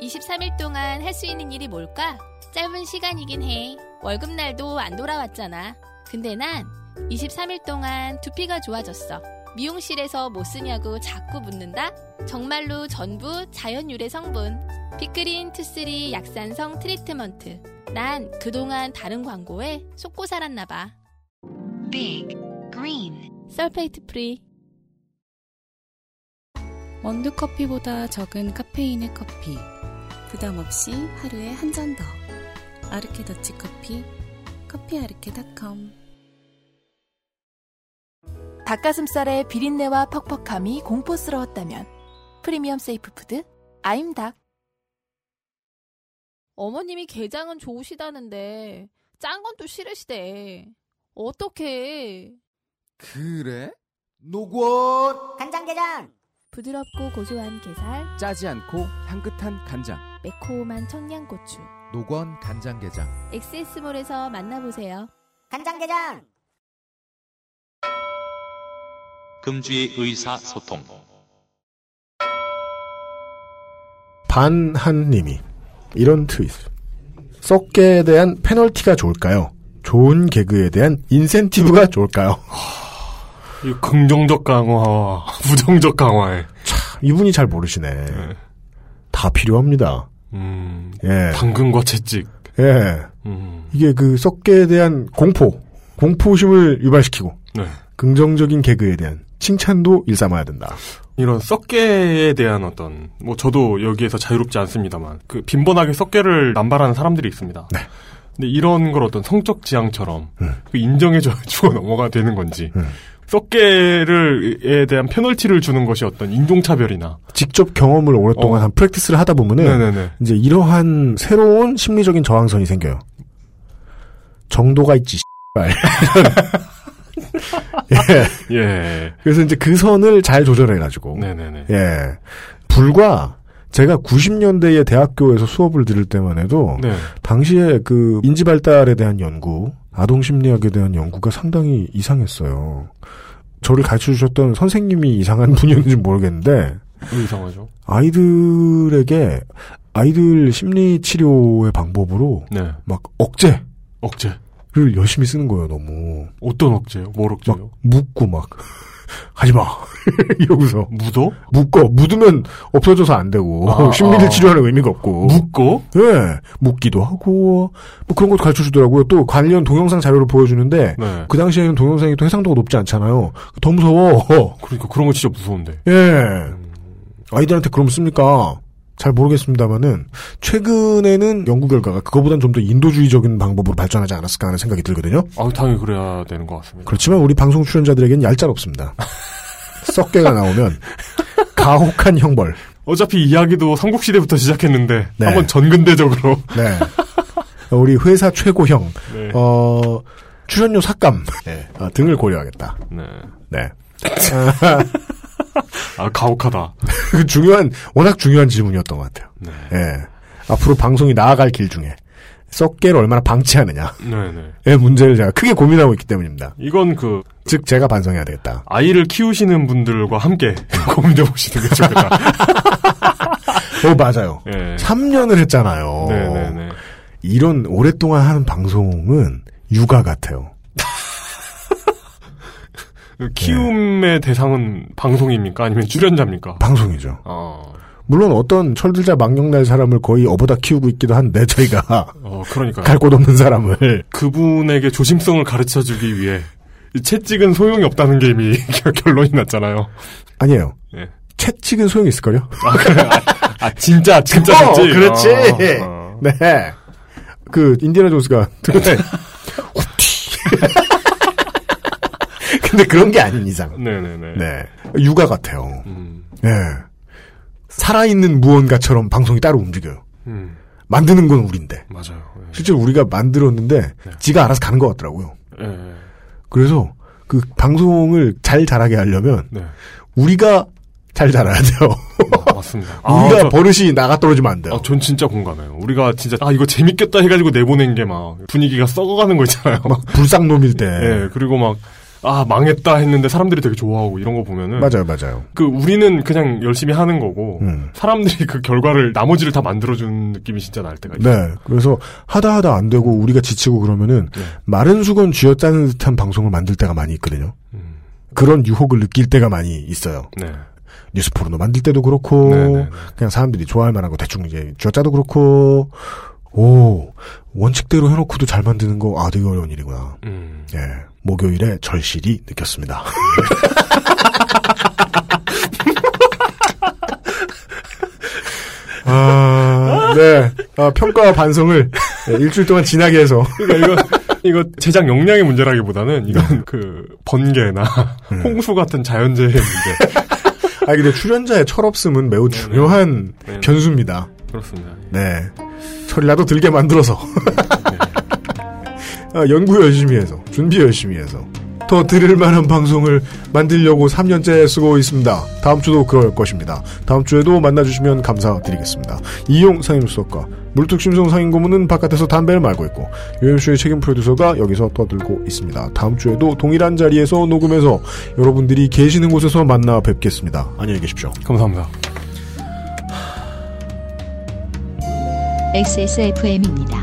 23일 동안 할 수 있는 일이 뭘까? 짧은 시간이긴 해. 월급날도 안 돌아왔잖아. 근데 난 23일 동안 두피가 좋아졌어. 미용실에서 뭐 쓰냐고 자꾸 묻는다? 정말로 전부 자연유래 성분. 피크린 투쓰리 약산성 트리트먼트. 난 그동안 다른 광고에 속고 살았나봐. Big Green 설페이트 프리. 원두 커피보다 적은 카페인의 커피. 부담 없이 하루에 한 잔 더. 아르케 더치 커피. 커피아르케닷컴. 닭가슴살의 비린내와 퍽퍽함이 공포스러웠다면 프리미엄 세이프 푸드 아임닭 어머님이 게장은 좋으시다는데 짠 건 또 싫으시대. 어떡해. 그래? 노곤 간장게장! 부드럽고 고소한 게살, 짜지 않고 향긋한 간장 매콤한 청양고추. 노건 간장게장 엑세스몰에서 만나보세요. 간장게장! 금주의 의사소통. 반한님이 이런 트윗. 썩개에 대한 페널티가 좋을까요? 좋은 개그에 대한 인센티브가 좋을까요? 이 긍정적 강화와 부정적 강화에 이분이 잘 모르시네. 다 필요합니다. 음, 예. 당근과 채찍. 예. 음, 이게 그 썩개에 대한 공포, 공포심을 유발시키고 네. 긍정적인 개그에 대한 칭찬도 일삼아야 된다. 이런 썩개에 대한 어떤 뭐 저도 여기에서 자유롭지 않습니다만 그 빈번하게 썩개를 남발하는 사람들이 있습니다. 근데 이런 걸 어떤 성적 지향처럼 그 인정해줘가지고 넘어가 되는 건지 썩개를에 대한 페널티를 주는 것이 어떤 인종차별이나 직접 경험을 오랫동안 한 프랙티스를 하다 보면은 어. 네네네. 이제 이러한 새로운 심리적인 저항선이 생겨요. 정도가 있지. 예. 예. 그래서 이제 그 선을 잘 조절해가지고. 네네네. 예. 불과 제가 90년대에 대학교에서 수업을 들을 때만 해도 네. 당시에 그 인지 발달에 대한 연구, 아동 심리학에 대한 연구가 상당히 이상했어요. 저를 가르쳐 주셨던 선생님이 이상한 분이었는지 모르겠는데 왜 이상하죠? 아이들에게 아이들 심리 치료의 방법으로 네. 막 억제 억제. 를 열심히 쓰는 거예요, 너무. 어떤 억제요? 뭘 억제요? 묶고 막 하지 마 이러고서 묻어? 묶어 묻으면 없어져서 안 되고 아, 심리를 아. 치료하는 의미가 없고 묶고 예 묶기도 하고 뭐 그런 것도 가르쳐 주더라고요 또 관련 동영상 자료를 보여주는데 네. 그 당시에는 동영상이 또 해상도가 높지 않잖아요 더 무서워 그러니까 그런 거 진짜 무서운데. 예 아이들한테 그럼 씁니까 잘 모르겠습니다만은 최근에는 연구 결과가 그거보단 좀 더 인도주의적인 방법으로 발전하지 않았을까 하는 생각이 들거든요 아, 당연히 그래야 되는 것 같습니다. 그렇지만 우리 방송 출연자들에겐 얄짤 없습니다. 썩개가 나오면 가혹한 형벌. 어차피 이야기도 삼국시대부터 시작했는데 네. 한번 전근대적으로 네. 우리 회사 최고형, 네. 어, 출연료 삭감 아, 등을 고려하겠다. 네. 네. 아 가혹하다. 그 중요한 워낙 중요한 질문이었던 것 같아요. 예. 앞으로 방송이 나아갈 길 중에 썩개를 얼마나 방치하느냐. 네네. 의 문제를 제가 크게 고민하고 있기 때문입니다. 이건 그 즉 제가 반성해야 되겠다. 아이를 키우시는 분들과 함께 고민해 보시는 게 좋겠다. 어 맞아요. 예. 3년을 했잖아요. 네네네. 이런 오랫동안 하는 방송은 육아 같아요. 그 키움의 대상은 방송입니까? 아니면 출연자입니까? 방송이죠. 어, 물론 어떤 철들자 망령날 사람을 거의 어보다 키우고 있기도 한데 저희가 어 그러니까 갈 곳 없는 예. 사람을 그분에게 조심성을 가르쳐 주기 위해 이 채찍은 소용이 없다는 게 이미 결론이 났잖아요. 아니에요. 예. 채찍은 소용이 있을걸요? 아, 그래. 아, 아, 진짜 진짜 어, 진짜. 그렇지. 아, 아. 네. 그 인디아나 존스가 네. 들어가 근데 그런 게 아닌 이상. 네네네. 음, 네. 육아 같아요. 예. 살아있는 무언가처럼 방송이 따로 움직여요. 음, 만드는 건 우린데. 맞아요. 실제로 우리가 만들었는데 네. 지가 알아서 가는 것 같더라고요. 예, 예. 그래서 그 방송을 잘 자라게 하려면 네. 우리가 잘 자라야 돼요. 아, 맞습니다. 우리가 저- 버릇이 나가 떨어지면 안 돼요. 아, 전 진짜 공감해요. 우리가 진짜 아 이거 재밌겠다 해가지고 내보낸 게 막 분위기가 썩어가는 거 있잖아요. 막 불쌍놈일 때. 예, 그리고 막 아 망했다 했는데 사람들이 되게 좋아하고 이런 거 보면은 맞아요, 맞아요. 그 우리는 그냥 열심히 하는 거고 음. 사람들이 그 결과를 나머지를 다 만들어준 느낌이 진짜 날 때가 있어요. 네. 그래서 하다 하다 안 되고 우리가 지치고 그러면은 예. 마른 수건 쥐어짜는 듯한 방송을 만들 때가 많이 있거든요. 그런 유혹을 느낄 때가 많이 있어요. 네. 뉴스 포르노 만들 때도 그렇고 그냥 사람들이 좋아할 만한 거 대충 이제 쥐어짜도 그렇고 오 원칙대로 해놓고도 잘 만드는 거 아 되게 어려운 일이구나. 음. 예 목요일에 절실히 느꼈습니다. 아, 네. 아, 평가와 반성을 예, 일주일 동안 지나게 해서. 그러니까 이거 이거 제작 역량의 문제라기보다는 이건 그 번개나 홍수 같은 자연재해의 문제 아, 근데 출연자의 철없음은 매우 중요한 네네. 변수입니다. 그렇습니다. 네. 철이라도 들게 만들어서. 아, 연구 열심히 해서, 준비 열심히 해서. 더 들을 만한 방송을 만들려고 3년째 쓰고 있습니다. 다음 주도 그럴 것입니다. 다음 주에도 만나주시면 감사드리겠습니다. 이용 상임수석과 물뚝심송 상임고문은 바깥에서 담배를 말고 있고 UMC의 책임 프로듀서가 여기서 떠들고 있습니다. 다음 주에도 동일한 자리에서 녹음해서 여러분들이 계시는 곳에서 만나 뵙겠습니다. 안녕히 계십시오. 감사합니다. XSFM입니다.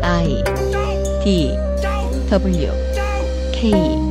I D W K